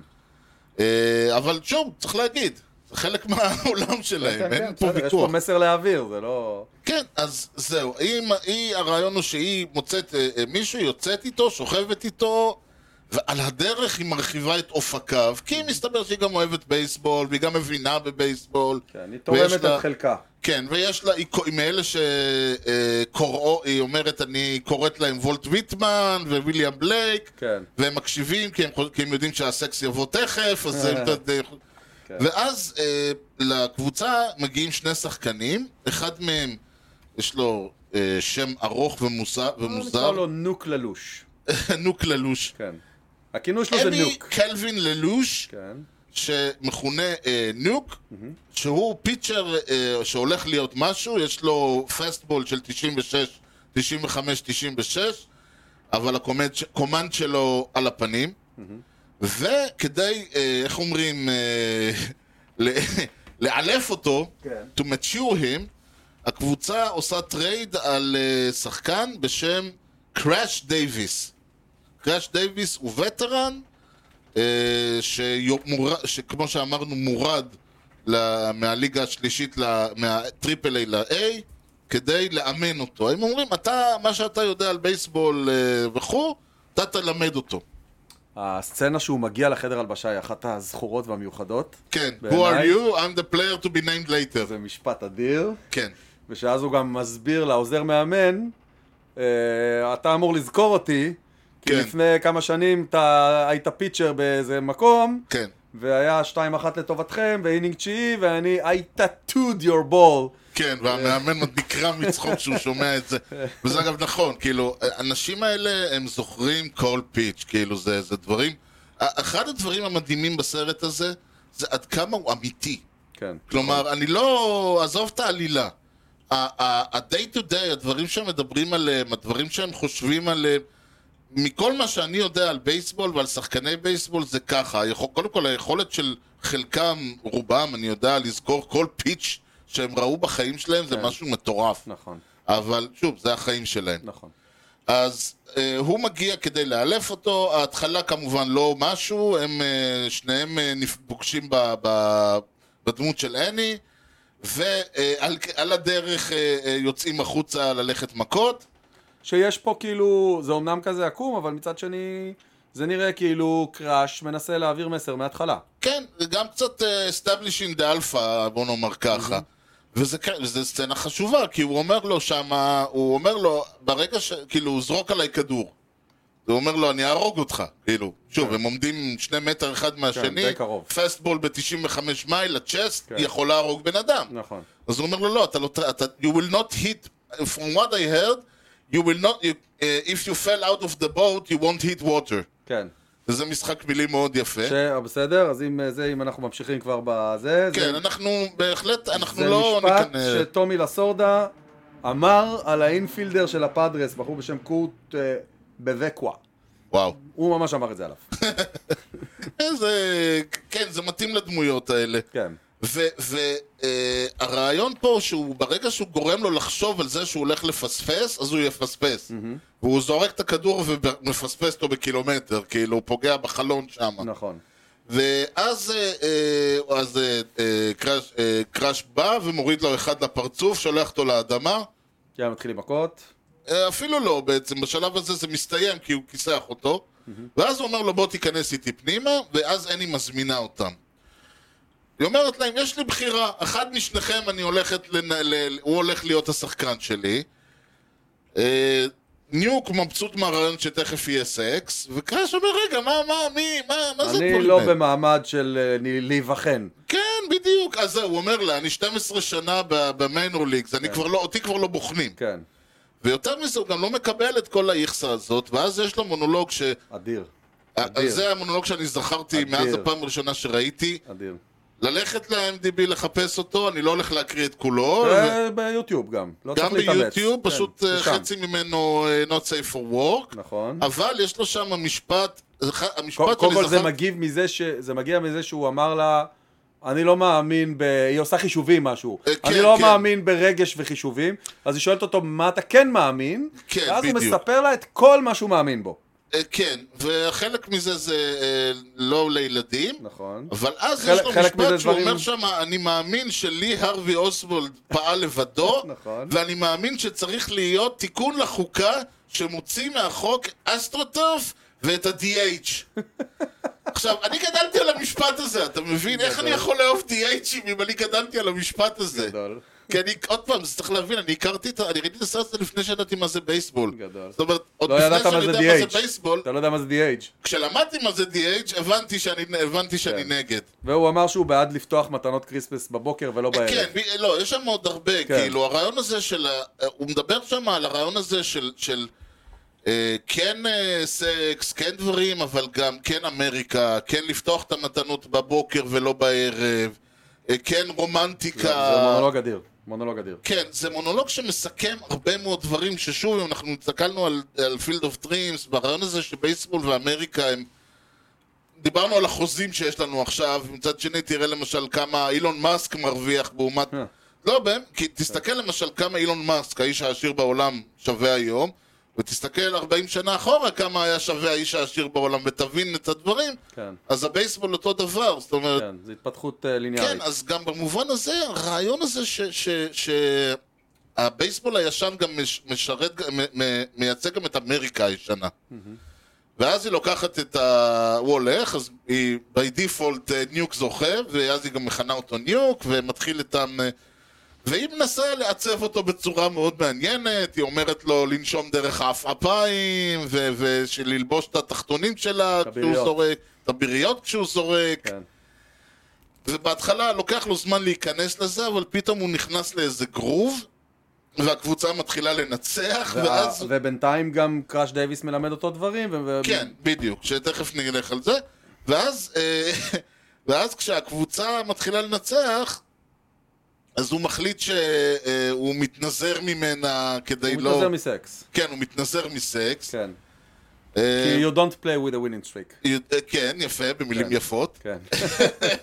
A: אה, אבל שוב, צריך להגיד, זה חלק מהעולם שלהם, אין פה
B: כן, בסדר, יש
A: ויכוח.
B: פה מסר להעביר, זה לא...
A: כן, אז זהו. היא, היא, הרעיון הוא שהיא מוצאת אה, אה, מישהו, יוצאת איתו, שוכבת איתו, ועל הדרך היא מרחיבה את אופקיו, כי מסתבר שהיא גם אוהבת בייסבול, והיא גם מבינה בבייסבול.
B: כן, היא
A: ויש
B: תורמת
A: לה-
B: את חלקה.
A: כן, ויש לה, היא קו- היא מאלה שקוראו, היא אומרת, אני קוראת להם וולט ויטמן וויליאם בלייק,
B: כן.
A: והם מקשיבים כי הם, חוש- כי הם יודעים שהסקס יבוא תכף, אז הם...
B: אה. כן.
A: ואז אה, לקבוצה מגיעים שני שחקנים, אחד מהם יש לו אה, שם ארוך ומוזר,
B: נקרא
A: ומוזר
B: לא לו נוק ללוש.
A: נוק ללוש.
B: כן. הכינוי שלו זה
A: אמי
B: נוק.
A: קלווין ללוש,
B: כן.
A: שמכונה אה, נוק, שהוא פיצ'ר אה, שהולך להיות משהו, יש לו פסטבול של 96, 95, 96, אבל הקומנד ש- קומנד שלו על הפנים, וכדי, אה, איך אומרים, אה, ל- לאלף אותו,
B: כן.
A: to mature him, הקבוצה עושה טרייד על אה, שחקן בשם קראש דייוויס. קראש דייוויס הוא וטרן, אה, שמור- שכמו שאמרנו מורד ל- מהליגה השלישית, ל- מהטריפל איי ל-A, כדי לאמן אותו. הם אומרים, אתה, מה שאתה יודע על בייסבול אה, וכו', אתה תלמד אותו.
B: הסצנה שהוא מגיע לחדר הלבשה היא אחת הזכורות והמיוחדות.
A: כן, who are
B: בעיניי-
A: you? I'm the player to be named later.
B: זה משפט אדיר.
A: כן.
B: ושאז הוא גם מסביר לעוזר מאמן, אה, אתה אמור לזכור אותי, כי
A: כן.
B: לפני כמה שנים אתה היית פיצ'ר באיזה מקום,
A: כן,
B: והיה 2-1 לטובתכם, ואינינג תשיעי, ואני I tattooed your ball.
A: כן, והמאמן עוד נקרע מצחוק כשהוא שומע את זה. וזה אגב נכון, כאילו, האנשים האלה, הם זוכרים כל פיץ', כאילו, זה, זה דברים... אחד הדברים המדהימים בסרט הזה, זה עד כמה הוא אמיתי.
B: כן.
A: כלומר, אני לא... עזוב את העלילה. ה- ה- ה-day to day, הדברים שהם מדברים עליהם, הדברים שהם חושבים עליהם, מכל מה שאני יודע על בייסבול ועל שחקני בייסבול זה ככה, היכול, קודם כל היכולת של חלקם, רובם, אני יודע, לזכור כל פיץ' שהם ראו בחיים שלהם זה משהו מטורף.
B: נכון,
A: אבל שוב, זה החיים שלהם.
B: נכון.
A: אז אה, הוא מגיע כדי לאלף אותו, ההתחלה כמובן לא משהו, הם אה, שניהם אה, נפ- פוגשים ב, ב, בדמות של אני, ועל על הדרך אה, אה, יוצאים החוצה ללכת מכות.
B: שיש פה כאילו, זה אומנם כזה עקום, אבל מצד שני, זה נראה כאילו קראש מנסה להעביר מסר מההתחלה.
A: כן, זה גם קצת אה, establishing the alpha, בוא נאמר ככה.
B: Mm-hmm.
A: וזה, כן, וזה סצנה חשובה, כי הוא אומר לו שמה, הוא אומר לו, ברגע ש... כאילו, זרוק עליי כדור. הוא אומר לו, אני אהרוג אותך. כאילו, שוב, הם עומדים שני מטר אחד מהשני,
B: כן. די קרוב.
A: פסטבול ב-95 מייל, הצ'סט,
B: כן.
A: יכול להרוג בן אדם.
B: נכון.
A: אז הוא אומר לו, לא, אתה לא... ת- אתה, you will not hit, from what I heard, you will not, you, uh, if you fell out of the boat, you won't hit water.
B: כן.
A: זה משחק מילים מאוד יפה.
B: ש... בסדר, אז אם, אה, זה, אם אנחנו ממשיכים כבר בזה,
A: כן,
B: זה,
A: אנחנו בהחלט, אנחנו
B: זה
A: לא
B: משפט
A: ניכנס...
B: שטומי לסורדה אמר על האינפילדר של הפאדרס, בחור בשם קורט אה, בבקווה.
A: וואו.
B: הוא ממש אמר את זה עליו.
A: אה. זה... כן, זה מתאים לדמויות האלה.
B: כן.
A: והרעיון פה שהוא ברגע שהוא גורם לו לחשוב על זה שהוא הולך לפספס, אז הוא יפספס. והוא זורק את הכדור ומפספס אותו בקילומטר, כאילו הוא פוגע בחלון שם.
B: נכון.
A: ואז אה, אה, אז, אה, אה, קראש, אה, קראש בא ומוריד לו אחד לפרצוף, שולח אותו לאדמה.
B: כן, מתחיל עם מכות.
A: אה, אפילו לא בעצם, בשלב הזה זה מסתיים כי הוא כיסח אותו ואז הוא אומר לו בוא תיכנס איתי פנימה ואז אני מזמינה אותם היא אומרת להם, יש לי בחירה, אחד משניכם אני הולכת לנ... ל... הוא הולך להיות השחקן שלי אה, ניוק מבסוט מהרעיון שתכף יהיה סקס וקאש אומר, רגע, מה, מה, מי, מה, מה זה
B: אני
A: הדברים
B: לא
A: האלה?"
B: במעמד של אה, ני- להיבחן.
A: כן, בדיוק, אז זהו, הוא אומר לה, אני 12 שנה ב- במיינור ליגס, אני כבר לא, אותי כבר לא בוחנים
B: כן,
A: ויותר מזה, הוא גם לא מקבל את כל האיכסה הזאת, ואז יש לו מונולוג ש...
B: אדיר. אדיר.
A: אז זה המונולוג שאני זכרתי
B: אדיר.
A: מאז הפעם הראשונה שראיתי.
B: אדיר.
A: ללכת ל-MDB לחפש אותו, אני לא הולך להקריא את כולו. ו-
B: זה ביוטיוב גם. לא אה, צריך
A: לא, גם
B: להתאמץ.
A: ביוטיוב,
B: כן,
A: פשוט אה,
B: זה שם.
A: חצי ממנו אה, Not safe for work.
B: נכון.
A: אבל יש לו שם משפט, ח-
B: קודם
A: המשפט
B: כל
A: שאני
B: זה
A: זכרתי...
B: מגיב מזה ש... זה מגיע מזה שהוא אמר לה, אני לא מאמין ב... היא עושה חישובים משהו.
A: אה, כן,
B: אני לא
A: כן.
B: מאמין ברגש וחישובים. אז היא שואלת אותו, מה אתה כן מאמין?
A: כן,
B: ואז הוא
A: בדיוק.
B: מספר לה את כל מה שהוא מאמין בו.
A: אה, כן, וחלק מזה זה אה, לא לילדים.
B: נכון.
A: אבל אז
B: חלק-
A: יש לו
B: חלק מזה
A: משפט שהוא
B: דברים-
A: אומר שם, אני מאמין שלי הרווי אוסוולד פעל לבדו,
B: נכון.
A: ואני מאמין שצריך להיות תיקון לחוקה שמוציא מהחוק אסטרוטוף ואת ה-DH. עכשיו, אני גדלתי על המשפט הזה, אתה מבין? איך אני יכול לאהוב DHים אם אני גדלתי על המשפט הזה?
B: גדול.
A: כי אני, עוד פעם, זה צריך להבין, אני הכרתי את ה... אני ראיתי את הסרט הזה לפני שידעתי מה זה בייסבול.
B: גדול.
A: זאת אומרת, עוד
B: לא
A: לפני
B: ידעת מה
A: שאני
B: זה
A: יודע מה
B: DH.
A: זה בייסבול,
B: אתה לא יודע מה זה DH.
A: כשלמדתי מה זה DH, הבנתי שאני- הבנתי שאני
B: כן.
A: נגד.
B: והוא אמר שהוא בעד לפתוח מתנות כריספס בבוקר ולא בערב.
A: כן, ב- לא, יש שם עוד הרבה,
B: כן.
A: כאילו, הרעיון הזה של, ה- אה, הוא מדבר שם על הרעיון הזה של, של אה, כן אה, סקס, כן דברים, אבל גם כן אמריקה, כן לפתוח את המתנות בבוקר ולא בערב, אה, כן
B: זה
A: רומנטיקה.
B: זה מונולוג אדיר. מונולוג אדיר.
A: כן, זה מונולוג שמסכם הרבה מאוד דברים, ששוב, אם אנחנו הסתכלנו על, על Field of Dreams, ברעיון הזה שבייסבול ואמריקה הם... דיברנו על החוזים שיש לנו עכשיו, מצד שני תראה למשל כמה אילון מאסק מרוויח לעומת...
B: אה.
A: לא, באמת, כי תסתכל למשל כמה אילון מאסק, האיש העשיר בעולם, שווה היום, ותסתכל 40 שנה אחורה כמה היה שווה האיש העשיר בעולם, ותבין את הדברים,
B: כן.
A: אז הבייסבול אותו דבר, זאת אומרת,
B: כן, זו התפתחות אה, ליניארית.
A: כן, אז גם במובן הזה, הרעיון הזה ש... ש, ש הבייסבול הישן גם מש- משרת, גם- מ- מ- מייצג גם את אמריקה הישנה. ואז היא לוקחת את ה... הוא הולך, אז היא, by default, אה, ניוק זוכה, ואז היא גם מכנה אותו ניוק, ומתחיל איתם... אה, והיא מנסה לעצב אותו בצורה מאוד מעניינת, היא אומרת לו לנשום דרך העפעפיים, ו- וללבוש את התחתונים שלה כשהוא
B: הביריות.
A: זורק, את הביריות כשהוא זורק.
B: כן.
A: ובהתחלה לוקח לו זמן להיכנס לזה, אבל פתאום הוא נכנס לאיזה גרוב, והקבוצה מתחילה לנצח,
B: וה-
A: ואז...
B: ובינתיים גם קראש דייוויס מלמד אותו דברים. ו- ו-
A: כן, בדיוק, שתכף נלך על זה. ואז, אה, ואז כשהקבוצה מתחילה לנצח, אז הוא מחליט שהוא מתנזר ממנה כדי
B: הוא
A: לא...
B: מתנזר מסקס.
A: כן, הוא מתנזר מסקס.
B: כן.
A: אה,
B: כי you don't play with a winning streak.
A: אה, כן, יפה, במילים
B: כן.
A: יפות.
B: כן.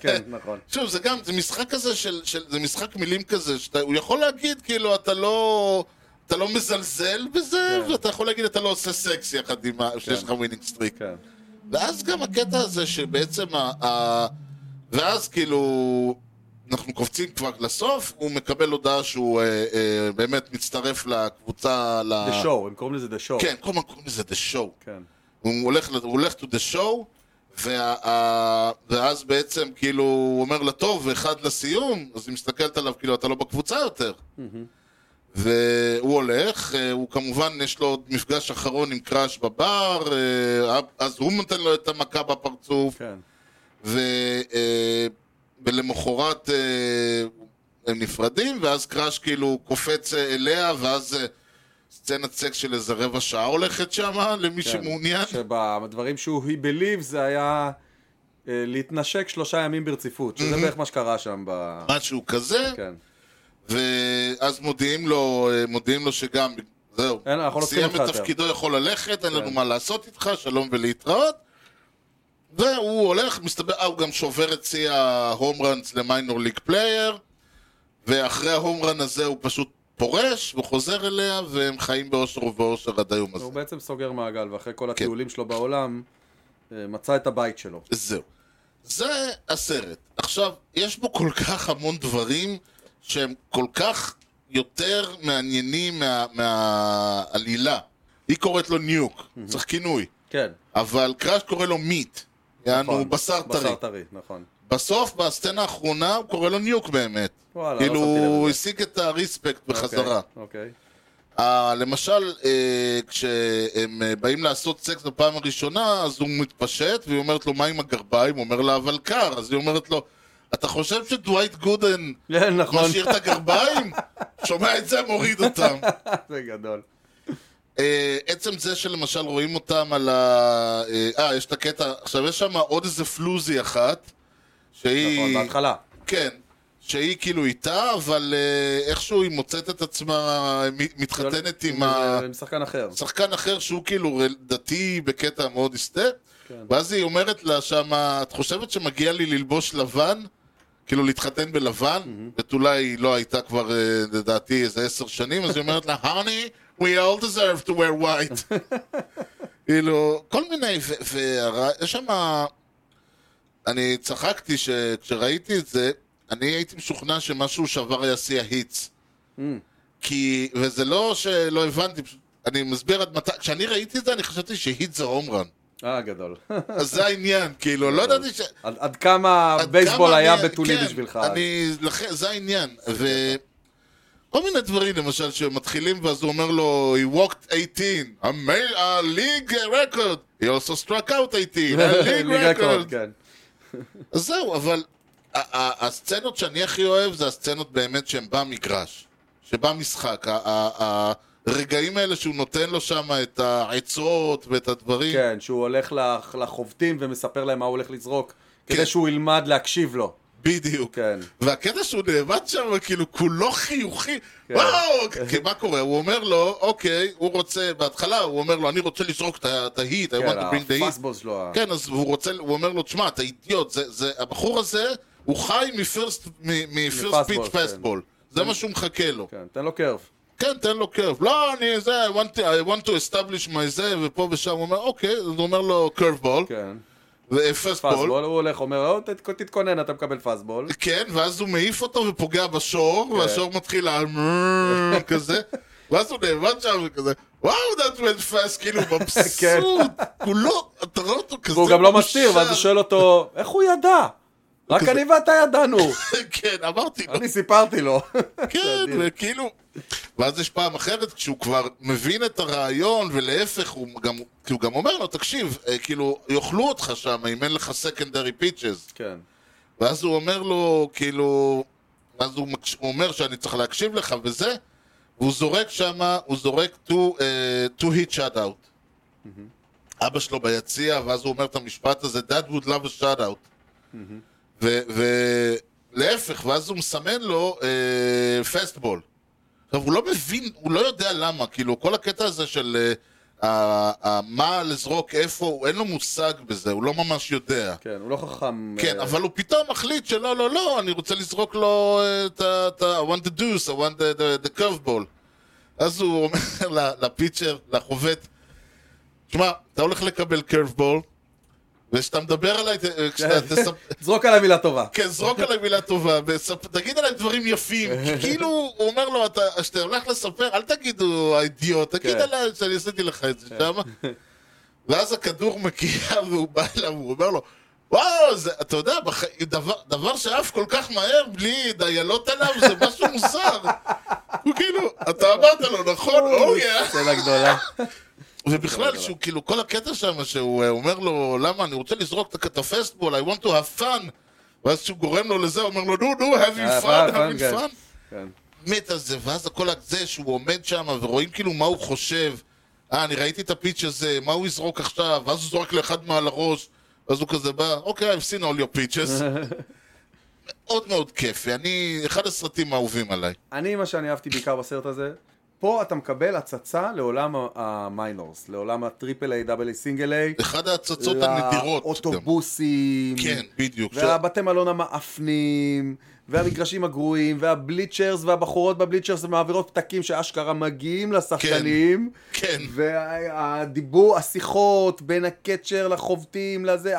B: כן, נכון.
A: שוב, זה גם, זה משחק כזה של, של זה משחק מילים כזה, שאתה, הוא יכול להגיד, כאילו, אתה לא, אתה לא מזלזל בזה,
B: כן.
A: ואתה יכול להגיד, אתה לא עושה סקס יחד עם, כן. שיש לך ווינינג סטריק.
B: כן.
A: ואז גם הקטע הזה שבעצם, ה, ה, ואז כאילו, אנחנו קופצים כבר לסוף, הוא מקבל הודעה שהוא אה, אה, באמת מצטרף לקבוצה, ל...
B: The show, הם קוראים לזה the show.
A: אה. כן, כל הזמן קוראים לזה The Show.
B: כן.
A: הוא הולך, הוא הולך to the show, וה, ה, ואז בעצם כאילו הוא אומר לה טוב, ואחד לסיום, אז היא מסתכלת עליו כאילו אתה לא בקבוצה יותר. והוא הולך, אה, הוא כמובן יש לו עוד מפגש אחרון עם קראש בבר, אה, אז הוא נותן לו את המכה בפרצוף,
B: כן.
A: ו, אה, ולמחרת אה, הם נפרדים, ואז קראש כאילו קופץ אה, אליה, ואז... אה, סצנת סקס של איזה רבע שעה הולכת שם, למי
B: כן.
A: שמעוניין.
B: שבדברים שהוא he believe זה היה אה, להתנשק שלושה ימים ברציפות, שזה בערך מה שקרה שם ב...
A: משהו כזה,
B: כן.
A: ואז מודיעים לו, אה, מודיעים לו שגם, זהו,
B: אין, אנחנו לא צריכים
A: סיים
B: אותך
A: את
B: יותר.
A: תפקידו, יכול ללכת, אין לנו
B: כן.
A: מה לעשות איתך, שלום ולהתראות. והוא הולך, מסתבר, אה, הוא גם שובר את שיא ההום ראנס למיינור ליג פלייר, ואחרי ההום ראן הזה הוא פשוט פורש, וחוזר אליה, והם חיים באושר ובאושר עד היום הזה.
B: הוא בעצם סוגר מעגל, ואחרי
A: כן.
B: כל הטיולים שלו בעולם, אה, מצא את הבית שלו.
A: זהו. זה הסרט. עכשיו, יש בו כל כך המון דברים שהם כל כך יותר מעניינים מה, מהעלילה. היא קוראת לו ניוק, צריך כינוי.
B: כן,
A: אבל קראש קורא לו מיט. יענו,
B: נכון.
A: בשר טרי.
B: בשר טרי, נכון.
A: בסוף, בסצנה האחרונה, הוא קורא לו ניוק באמת.
B: וואלה,
A: כאילו,
B: לא שמתי לב
A: הוא
B: לזה.
A: השיג את הרספקט בחזרה.
B: אוקיי, אוקיי.
A: אה, למשל, אה, כשהם אה, באים לעשות סקס בפעם הראשונה, אז הוא מתפשט, והיא אומרת לו, מה עם הגרביים? הוא אומר לה, אבל קר. אז היא אומרת לו, אתה חושב שדווייט גודן
B: כן, נכון.
A: משאיר את הגרביים? שומע את זה, מוריד אותם.
B: זה גדול.
A: אה, עצם זה שלמשל רואים אותם על ה... אה, אה, יש את הקטע... עכשיו, יש שם עוד איזה פלוזי אחת,
B: נכון,
A: שהיא...
B: בהתחלה.
A: כן. שהיא כאילו איתה, אבל אה, איכשהו היא מוצאת את עצמה, אה, מ- מתחתנת עם ה...
B: כאילו, עם שחקן אחר.
A: שחקן אחר שהוא כאילו רל- דתי בקטע מאוד היסטר,
B: כן.
A: ואז היא אומרת לה שמה, את חושבת שמגיע לי ללבוש לבן? כאילו להתחתן בלבן? ותולה היא לא הייתה כבר, אה, לדעתי, איזה עשר שנים, אז היא אומרת לה, honey, we all deserve to wear white. כאילו, כל מיני, ו- והרע- יש שם... אני צחקתי שכשראיתי את זה, אני הייתי משוכנע שמשהו שעבר היה שיא ההיטס. כי, וזה לא שלא הבנתי, פשוט- אני מסביר עד מתי, כשאני ראיתי את זה אני חשבתי שהיט זה הום רן.
B: אה, גדול.
A: אז זה העניין, כאילו, לא ידעתי ש...
B: עד עד כמה
A: עד
B: בייסבול
A: כמה
B: היה
A: אני-
B: בתולי
A: כן,
B: בשבילך.
A: אני, לכן, זה העניין. ו... כל מיני דברים, למשל, שמתחילים, ואז הוא אומר לו, he walked 18, a, ma- a league record, he also struck out 18, a league
B: ליגה
A: record.
B: רקורד, כן.
A: אז זהו, אבל ה- ה- הסצנות שאני הכי אוהב זה הסצנות באמת שהן במגרש, שבמשחק, ה- ה- הרגעים האלה שהוא נותן לו שם את העצות ואת הדברים.
B: כן, שהוא הולך לח- לחובטים ומספר להם מה הוא הולך לזרוק,
A: כן.
B: כדי שהוא ילמד להקשיב לו.
A: בדיוק.
B: כן.
A: והקטע שהוא נעמד שם, כאילו, כולו חיוכי.
B: כן.
A: וואו! כי מה קורה? הוא אומר לו, אוקיי, הוא רוצה, בהתחלה הוא אומר לו, אני רוצה לזרוק את ה- את ההיט, I want
B: כן,
A: to bring the heat.
B: הפאסטבול שלו. ה-
A: כן, אז הוא רוצה, הוא אומר לו, תשמע, אתה אידיוט, זה, זה, הבחור הזה, הוא חי מפירסט, מ- מפירסט פיט
B: מפסטבול, כן.
A: פסטבול. זה מה שהוא מחכה לו.
B: כן, תן לו קרב.
A: כן, תן לו קרב. לא, אני זה, I want to, I want to establish my זה, ופה ושם הוא אומר, אוקיי, אז הוא אומר לו eh, קרב בול,
B: כן.
A: ופסטבול.
B: פאסטבול, הוא הולך, אומר, "או, ת- תתכונן, אתה מקבל פאסטבול.
A: כן, ואז הוא מעיף אותו ופוגע
B: כן.
A: בשור, והשור מתחיל לעמוד כזה, ואז הוא נעמד שם וכזה, וואו, that went fast, כאילו,
B: כן.
A: מבסוט, כולו, אתה רואה אותו כזה
B: והוא גם לא מסתיר,
A: מאושר.
B: ואז הוא שואל אותו, איך הוא ידע? רק
A: כזה-
B: אני ואתה ידענו.
A: כן, אמרתי לו,
B: אני סיפרתי לו.
A: כן,
B: אדיר.
A: וכאילו... ואז יש פעם אחרת, כשהוא כבר מבין את הרעיון, ולהפך, הוא גם, כי הוא גם אומר לו, תקשיב, אה, כאילו, יאכלו אותך שם, אם אין לך סקנדרי פיצ'ס.
B: כן.
A: ואז הוא אומר לו, כאילו, אז הוא, מקש... הוא אומר שאני צריך להקשיב לך וזה, והוא זורק שמה, הוא זורק to, uh, to hit shut out. אבא שלו ביציע, ואז הוא אומר את המשפט הזה, Dad would love a shut out. ולהפך, ואז הוא מסמן לו פסטבול. עכשיו, הוא לא מבין, הוא לא יודע למה, כאילו, כל הקטע הזה של אה, ה- ה- מה לזרוק, איפה, הוא- אין לו מושג בזה, הוא לא ממש יודע.
B: כן, הוא לא חכם.
A: כן,
B: אה,
A: אבל הוא פתאום מחליט שלא, לא, לא, אני רוצה לזרוק לו אה, את ה... את ה- I want the deuce, I want the, the, the curveball. אז הוא אומר ל- לפיצ'ר, לחובט, שמע, אתה הולך לקבל curveball, וכשאתה מדבר עליי, ת- אה, כשאתה...
B: כן.
A: תספ-
B: זרוק עליו מילה טובה.
A: כן, זרוק עליי מילה טובה, וספ- תגיד עליי דברים יפים. כי כאילו, הוא אומר לו, "אתה- כשאתה הולך לספר, אל תגידו האידיוט, תגיד
B: כן.
A: עליי שאני עשיתי לך את זה שמה. ואז הכדור מגיע, והוא בא אליו, הוא אומר לו, וואו, זה, אתה יודע, בח... דבר, דבר שעף כל כך מהר בלי דיילות עליו, זה משהו מוזר. הוא כאילו, אתה אמרת לו, נכון? אוריה.
B: שאלה גדולה.
A: ובכלל, שהוא כאילו, כל הקטע שם, שהוא אה, אומר לו, למה, אני רוצה לזרוק את- את הפסטבול, I want to have fun. ואז שהוא גורם לו לזה, הוא אומר לו, נו, נו, have
B: אה,
A: you fun,
B: fun,
A: have you
B: כן.
A: fun.
B: כן.
A: מת על זה, ואז הכל על זה שהוא עומד שם ורואים כאילו מה הוא חושב. אה, אני ראיתי את הפיץ' הזה, מה הוא יזרוק עכשיו? ואז הוא זורק לאחד מעל הראש, ואז הוא כזה בא, אוקיי, I've seen all your pitches. מאוד מאוד כיפי, אני, אחד הסרטים האהובים עליי.
B: אני, מה שאני אהבתי בעיקר בסרט הזה, פה אתה מקבל הצצה לעולם ה- המיינורס, לעולם הטריפל איי, דאבל איי, סינגל איי,
A: אחד ההצצות הנדירות גם.
B: לאוטובוסים,
A: כן, בדיוק.
B: והבתי מלון המאפנים, והמגרשים הגרועים, והבליצ'רס, והבחורות בבליצ'רס מעבירות פתקים שאשכרה מגיעים לשחקנים,
A: כן.
B: והדיבור, השיחות בין הקצ'ר לחובטים, לזה,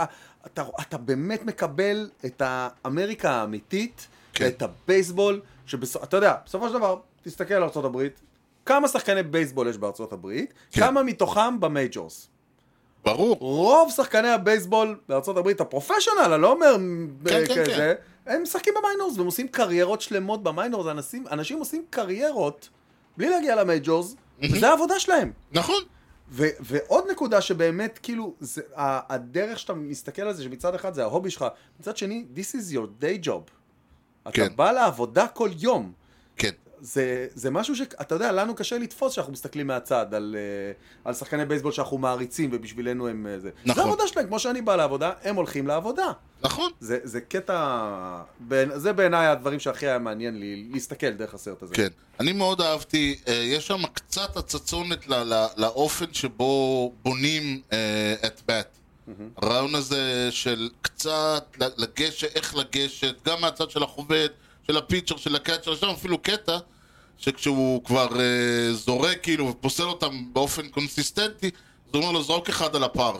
B: אתה, אתה באמת מקבל את האמריקה האמיתית,
A: כן.
B: ואת הבייסבול, שבסופו, אתה יודע, בסופו של דבר, תסתכל על ארה"ב, כמה שחקני בייסבול יש בארצות הברית,
A: כן.
B: כמה מתוכם במייג'ורס.
A: ברור.
B: רוב שחקני הבייסבול בארצות הברית, הפרופשיונל, אני לא אומר
A: כן,
B: אה,
A: כן,
B: כזה, הם משחקים במיינורס, והם עושים קריירות שלמות במיינורס, אנשים, אנשים עושים קריירות בלי להגיע למייג'ורס, וזה העבודה שלהם.
A: נכון.
B: ו- ועוד נקודה שבאמת, כאילו, זה, ה- הדרך שאתה מסתכל על זה, שמצד אחד זה ההובי שלך, מצד שני, this is your day job. אתה
A: כן.
B: בא לעבודה כל יום.
A: כן.
B: זה, זה משהו שאתה יודע, לנו קשה לתפוס שאנחנו מסתכלים מהצד על, אה, על שחקני בייסבול שאנחנו מעריצים ובשבילנו הם אה, זה.
A: נכון.
B: זה העבודה שלהם, כמו שאני בא לעבודה, הם הולכים לעבודה.
A: נכון.
B: זה, זה קטע, בין, זה בעיניי הדברים שהכי היה מעניין לי להסתכל דרך הסרט הזה.
A: כן. אני מאוד אהבתי, אה, יש שם קצת הצצונת ל- ל- לאופן שבו בונים את באט. הרעיון הזה של קצת ל- לגשת, איך לגשת, גם מהצד של החובט, של הפיצ'ר, של הקאצ'ר, יש שם אפילו קטע שכשהוא כבר אה, זורק כאילו ופוסל אותם באופן קונסיסטנטי, אז הוא אומר לו זרוק אחד על הפער,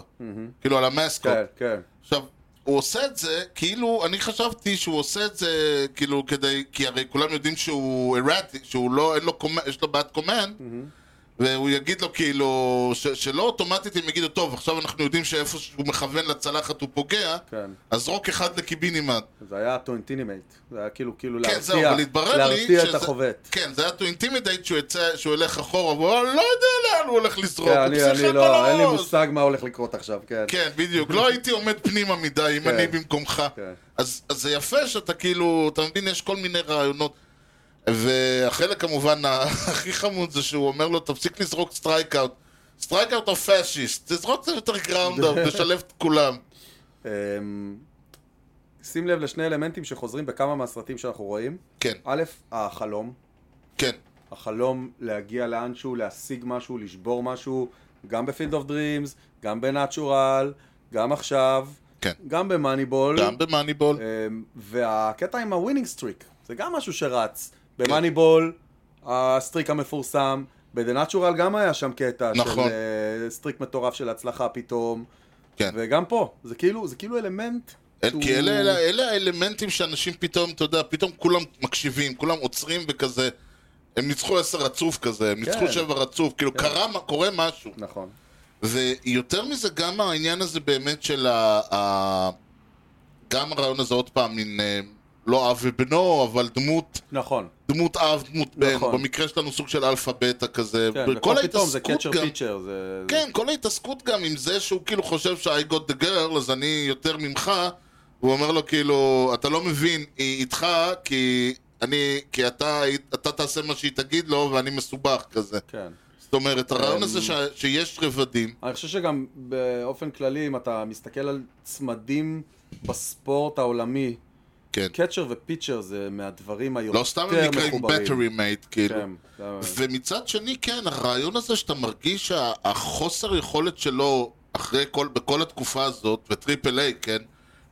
A: כאילו על המאסקוט.
B: כן, כן.
A: עכשיו, הוא עושה את זה, כאילו, אני חשבתי שהוא עושה את זה, כאילו, כדי, כי הרי כולם יודעים שהוא ארטי, שהוא לא, אין לו, קומ... יש לו בעד קומן,
B: Mm-hmm.
A: והוא יגיד לו, כאילו, ש... שלא אוטומטית הם יגידו, טוב, עכשיו אנחנו יודעים שאיפה שהוא מכוון לצלחת הוא פוגע,
B: כן.
A: אז זרוק אחד לקיבינימט.
B: זה היה טוינטינימייט, זה היה כאילו, כאילו
A: כן,
B: להרתיע,
A: זהו, אבל התברר לי
B: להרתיע את החובט.
A: כן, זה היה to intimidate שהוא יצא, שהוא ילך אחורה, והוא לא יודע לאן הוא הולך לזרוק,
B: כן,
A: הוא
B: אני,
A: פסיכט
B: אני
A: על
B: לא, אין לי
A: הראש.
B: מושג מה הולך לקרות עכשיו, כן.
A: כן, בדיוק. לא הייתי עומד פנימה מדי אם
B: כן.
A: אני במקומך.
B: כן.
A: אז אז זה יפה שאתה כאילו, אתה מבין, יש כל מיני רעיונות. והחלק כמובן ה- הכי חמוד זה שהוא אומר לו, תפסיק לזרוק סטרייקאוט. סטרייקאוט או פאשיסט. תזרוק קצת יותר גראונדאפ, תשלב את כולם.
B: אמ, שים לב לשני אלמנטים שחוזרים בכמה מהסרטים שאנחנו רואים.
A: כן,
B: א', החלום.
A: כן,
B: החלום להגיע לאנשהו, להשיג משהו, לשבור משהו, גם בפילד אוף דרימס, גם בנאצ'ורל, גם עכשיו,
A: כן.
B: גם במאניבול.
A: גם במאניבול.
B: אמ, והקטע עם הווינינג סטריק, זה גם משהו שרץ. במאניבול, הסטריק המפורסם, ב"דה נאצ'ורל" גם היה שם קטע
A: נכון.
B: של אה, סטריק מטורף של הצלחה פתאום.
A: כן.
B: וגם פה, זה כאילו, זה כאילו אלמנט.
A: אל- כי אלה,
B: שהוא-
A: אלה, אלה האלמנטים שאנשים פתאום, אתה יודע, פתאום כולם מקשיבים, כולם עוצרים וכזה, הם ניצחו עשר רצוף כזה, הם ניצחו
B: כן.
A: שבע רצוף, כאילו קרה, מה- קורה משהו.
B: נכון.
A: ויותר מזה, גם העניין הזה באמת של ה... ה... גם הרעיון הזה עוד פעם, מין אה, לא אב ובנו, אבל דמות,
B: נכון.
A: דמות אב, דמות בן,
B: נכון.
A: במקרה שלנו סוג של אלפא בטא כזה,
B: כן,
A: וכל
B: ופה פתאום זה
A: ההתעסקות
B: קצ'ר
A: גם-
B: פיצ'ר, זה...
A: כן, כל ההתעסקות גם עם זה שהוא כאילו חושב ש-I got the girl, אז אני יותר ממך, הוא אומר לו כאילו, אתה לא מבין, היא איתך, כי אני, כי אתה, אתה תעשה מה שהיא תגיד לו, ואני מסובך כזה.
B: כן.
A: זאת אומרת, הרעיון
B: אמ,
A: הזה ש, שיש רבדים,
B: אני חושב שגם באופן כללי, אם אתה מסתכל על צמדים בספורט העולמי,
A: כן.
B: קצ'ר ופיצ'ר זה מהדברים היותר
A: לא סתם הם נקראים
B: כן, מחוברים.
A: battery mate, כאילו.
B: כן, זה-
A: ומצד שני, כן, הרעיון הזה שאתה מרגיש שהחוסר יכולת שלו אחרי כל, בכל התקופה הזאת, וטריפל איי, כן,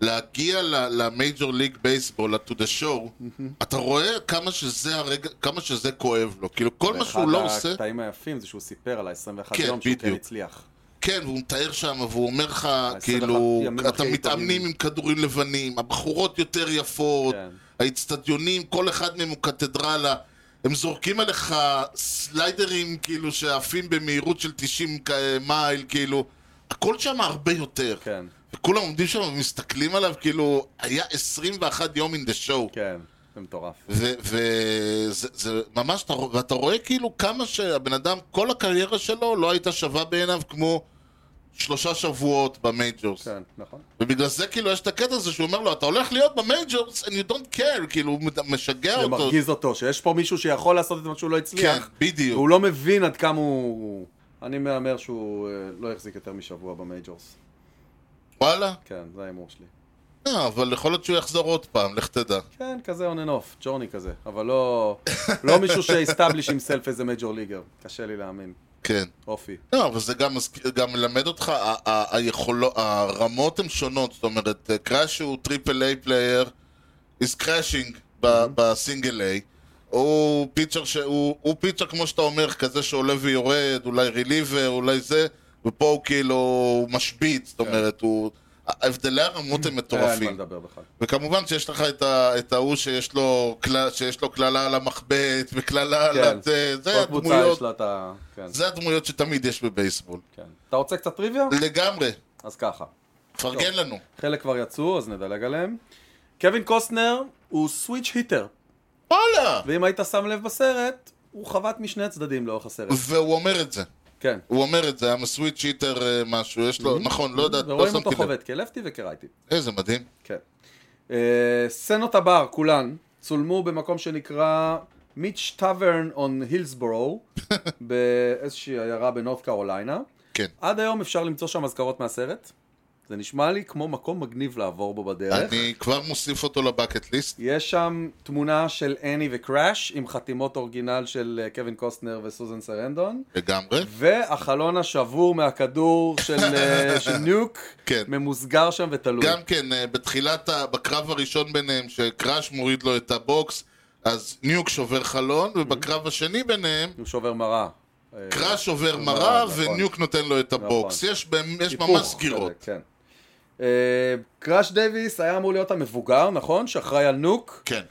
A: להגיע למייג'ור ליג בייסבול, to the show, אתה רואה כמה שזה הרגע, כמה שזה כואב לו. כאילו, כל מה שהוא לא
B: ואחד
A: עושה,
B: הקטעים היפים זה שהוא סיפר על ה-21
A: כן,
B: יום שהוא כן
A: בדיוק.
B: הצליח.
A: כן, והוא מתאר שם, והוא אומר לך, כאילו,
B: 21 אה, ימים
A: אתה
B: הכי
A: מתאמנים
B: טובים.
A: עם כדורים לבנים, הבחורות יותר יפות,
B: כן.
A: האיצטדיונים, כל אחד מהם הוא קתדרלה. הם זורקים עליך סליידרים כאילו שעפים במהירות של 90 כ- מייל, כאילו, הכל שם הרבה יותר.
B: כן,
A: וכולם עומדים שם ומסתכלים עליו, כאילו, היה 21 יום in the show.
B: כן, זה מטורף.
A: וזה זה ממש, אתה רוא- ואתה רואה כאילו כמה שהבן אדם, כל הקריירה שלו לא הייתה שווה בעיניו כמו שלושה שבועות במייג'ורס.
B: כן, נכון.
A: ובגלל זה כאילו יש את הקטע הזה שהוא אומר לו, אתה הולך להיות במייג'ורס and you don't care, כאילו הוא מד- משגע
B: זה
A: אותו.
B: מרגיז אותו, שיש פה מישהו שיכול לעשות את מה שהוא לא
A: כן,
B: הצליח.
A: בדיוק.
B: והוא לא מבין עד כמה הוא... אני מהמר שהוא אה, לא יחזיק יותר משבוע במייג'ורס.
A: וואלה.
B: כן, זה ההימור שלי.
A: אה, אבל יכול להיות שהוא יחזור עוד פעם, לך תדע.
B: כן, כזה on and off, ג'ורני כזה, אבל לא, לא מישהו שהסטאבליש עם סלף איזה מייג'ור ליגר, קשה לי להאמין,
A: כן.
B: אופי.
A: לא, אבל זה גם, מזכ- גם מלמד אותך, ה- ה- היכולו- הרמות הן שונות, זאת אומרת, קראש הוא טריפל איי פלייר, is crashing
B: Mm-hmm.
A: ב- בסינגל איי. הוא פיצ'ר שהוא הוא פיצ'ר כמו שאתה אומר, כזה שעולה ויורד, אולי ריליבר, אולי זה, ופה הוא כאילו הוא משבית, זאת אומרת, הוא... הבדלי הרמות הם
B: כן. אין מה
A: מטורפים.
B: לדבר בכלל.
A: וכמובן שיש לך את, ה, את ההוא שיש לו, קלה, שיש לו קללה על המחבט וקללה על
B: כן.
A: הזה,
B: כל
A: זה
B: קבוצה
A: הדמויות,
B: יש לה את ה... כן,
A: זה הדמויות שתמיד יש בבייסבול.
B: כן. אתה רוצה קצת טריוויה?
A: לגמרי,
B: אז ככה.
A: פרגן לנו.
B: חלק כבר יצאו, אז נדלג עליהם. קווין קוסטנר הוא סוויץ' היטר,
A: וואלה!
B: ואם היית שם לב בסרט, הוא חבט משני הצדדים לאורך הסרט.
A: והוא אומר את זה.
B: כן.
A: הוא אומר את זה, I'm a sweet cheater אה, משהו, יש לו, נכון, לא יודעת, לא
B: Mm-hmm. ורואים אותו
A: שמתי לב.
B: חובט כלפטי וכרייטי.
A: איזה מדהים.
B: כן. אה, סצנות הבר, כולן, צולמו במקום שנקרא מיץ' טאברן און הילסבורו, באיזושהי עיירה בנורת קרוליינה.
A: כן.
B: עד היום אפשר למצוא שם אזכרות מהסרט. זה נשמע לי כמו מקום מגניב לעבור בו בדרך.
A: אני כבר מוסיף אותו לבקט ליסט.
B: יש שם תמונה של אני וקראש עם חתימות אורגינל של אה, קווין קוסטנר וסוזן סרנדון.
A: לגמרי.
B: והחלון השבור מהכדור של, אה, של ניוק
A: כן.
B: ממוסגר שם ותלוי.
A: גם כן, אה, בתחילת, ה- בקרב הראשון ביניהם, שקראש מוריד לו את הבוקס, אז ניוק שובר חלון,
B: Mm-hmm.
A: ובקרב השני ביניהם,
B: הוא שובר מראה. אה,
A: קראש עובר
B: מראה,
A: מראה
B: Mm-hmm. נכון.
A: וניוק נותן לו את הבוקס.
B: נכון.
A: יש בהם- יש
B: היפוך
A: ממש סגירות.
B: כזה, כן. אה, קראש דייוויס היה אמור להיות המבוגר, נכון? שאחראי על נוק.
A: כן,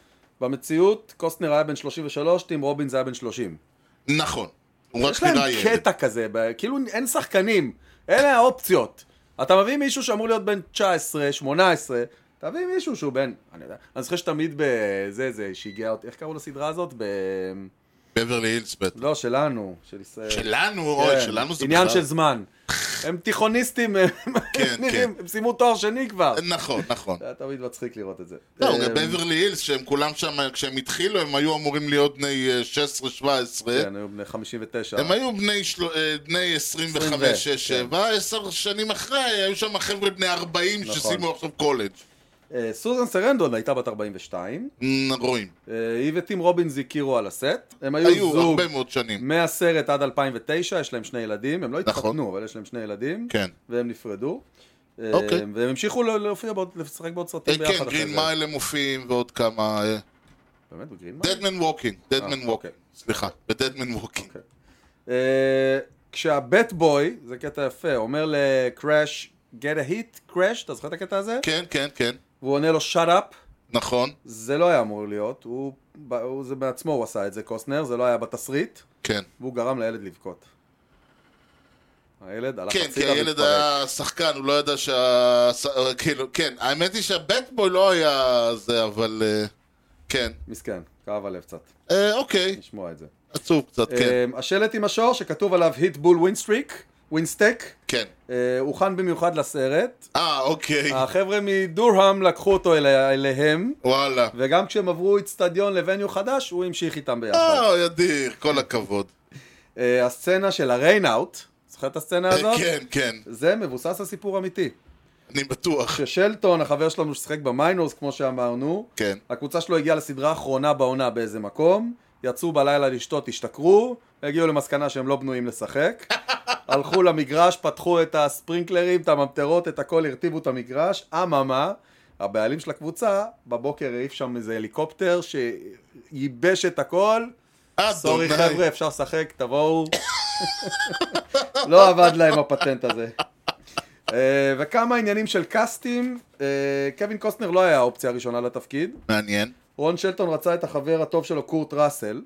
B: במציאות, קוסטנר היה בן 33, טים רובינס היה בן 30.
A: נכון. הוא רק
B: יש להם
A: נראה ילד.
B: קטע כזה, ב- כאילו אין שחקנים, אלה האופציות. אתה מביא מישהו שאמור להיות בן 19, 18, תביא מישהו שהוא בן, אני יודע, אני זוכר שתמיד בזה, זה שהגיע אותי, איך קראו לסדרה הזאת? ב...
A: בברלי הילס בטח.
B: לא, שלנו, של ישראל.
A: שלנו,
B: כן.
A: אוי, שלנו זה
B: עניין
A: בכלל-
B: של זמן. הם תיכוניסטים, הם
A: כן,
B: נראים, הם סיימו תואר שני כבר.
A: נכון, נכון.
B: זה היה תמיד מצחיק לראות את זה.
A: לא,
B: אה,
A: גם בברלי הילס, שהם כולם שם, כשהם התחילו, הם היו אמורים להיות בני אה, 16-17.
B: כן, היו בני 59.
A: הם היו בני, של... אה, בני 25, 6, 7, 10 שנים אחרי, היו שם חבר'ה בני 40
B: כן. נכון.
A: שסיימו עכשיו קולג'.
B: אה, סוזן סרנדון הייתה בת 42.
A: נ- רואים.
B: אה, היא וטים רובינס הכירו על הסט, הם היו,
A: היו
B: זוג
A: הרבה מאוד שנים.
B: מהסרט עד 2009, יש להם שני ילדים, הם לא
A: נכון.
B: התחתנו, אבל יש להם שני ילדים,
A: כן.
B: והם נפרדו. אה,
A: אוקיי.
B: והם המשיכו ל- להופיע, בעוד- לשחק בעוד סרטים
A: אה,
B: ביחד
A: כן,
B: אחרי
A: גרין
B: זה.
A: מייל הם מופיעים ועוד כמה... אה,
B: באמת, בגרין מייל?
A: Dead Man Walking, Dead Man
B: אוקיי.
A: Walking, סליחה, ב-Dead Man Walking.
B: אוקיי. אה, כשהבט בוי, זה קטע יפה, אומר לקראש, get a hit, קראש, אתה זוכר את הקטע הזה?
A: כן, כן, כן,
B: והוא עונה לו, shut up,
A: נכון,
B: זה לא היה אמור להיות, הוא, הוא- זה בעצמו הוא עשה את זה, קוסטנר, זה לא היה בתסריט.
A: כן.
B: והוא גרם לילד לבכות. הילד הלך
A: כן, כי
B: הצידה
A: הילד
B: והתפרק.
A: היה שחקן, הוא לא ידע שה... ס- אה, כאילו, כן, האמת היא שהבטבוי לא היה זה, אבל... אה, כן.
B: מסכן, כאב הלב קצת,
A: אה, אוקיי,
B: לשמוע את זה.
A: עצוב קצת, כן,
B: אמ, השלט עם השור שכתוב עליו היט בול ווינסטריק, ווינסטק,
A: כן.
B: אה, הוכן במיוחד לסרט.
A: אה, אוקיי,
B: החבר'ה מדורהאם לקחו אותו אליה- אליהם,
A: וואלה.
B: וגם כשהם עברו איצטדיון לבניו חדש, הוא המשיך איתם ביחד.
A: אה, ידיר, כל הכבוד.
B: אה, הסצנה של הריינאוט, זוכר את הסצנה
A: אה,
B: הזאת?
A: כן, כן,
B: זה מבוסס על סיפור אמיתי.
A: אני בטוח,
B: אה, כששלטון, החבר שלנו ששיחק במיינורס, כמו שאמרנו,
A: כן.
B: הקבוצה שלו הגיעה לסדרה האחרונה בעונה באיזה מקום, יצאו בלילה לשתות, השתכרו, הגיעו למסקנה שהם לא בנויים לשחק, הלכו למגרש, פתחו את הספרינקלרים, את הממטרות, את הכל, הרטיבו את המגרש, אממה, הבעלים של הקבוצה, בבוקר העיף שם איזה הליקופטר שייבש את הכל,
A: אה,
B: סורי
A: דונאי.
B: חבר'ה, אפשר לשחק, תבואו. לא עבד להם הפטנט הזה. אה, וכמה עניינים של קאסטים, אה, קווין קוסטנר לא היה האופציה הראשונה לתפקיד,
A: מעניין.
B: רון שלטון רצה את החבר הטוב שלו, קורט ראסל,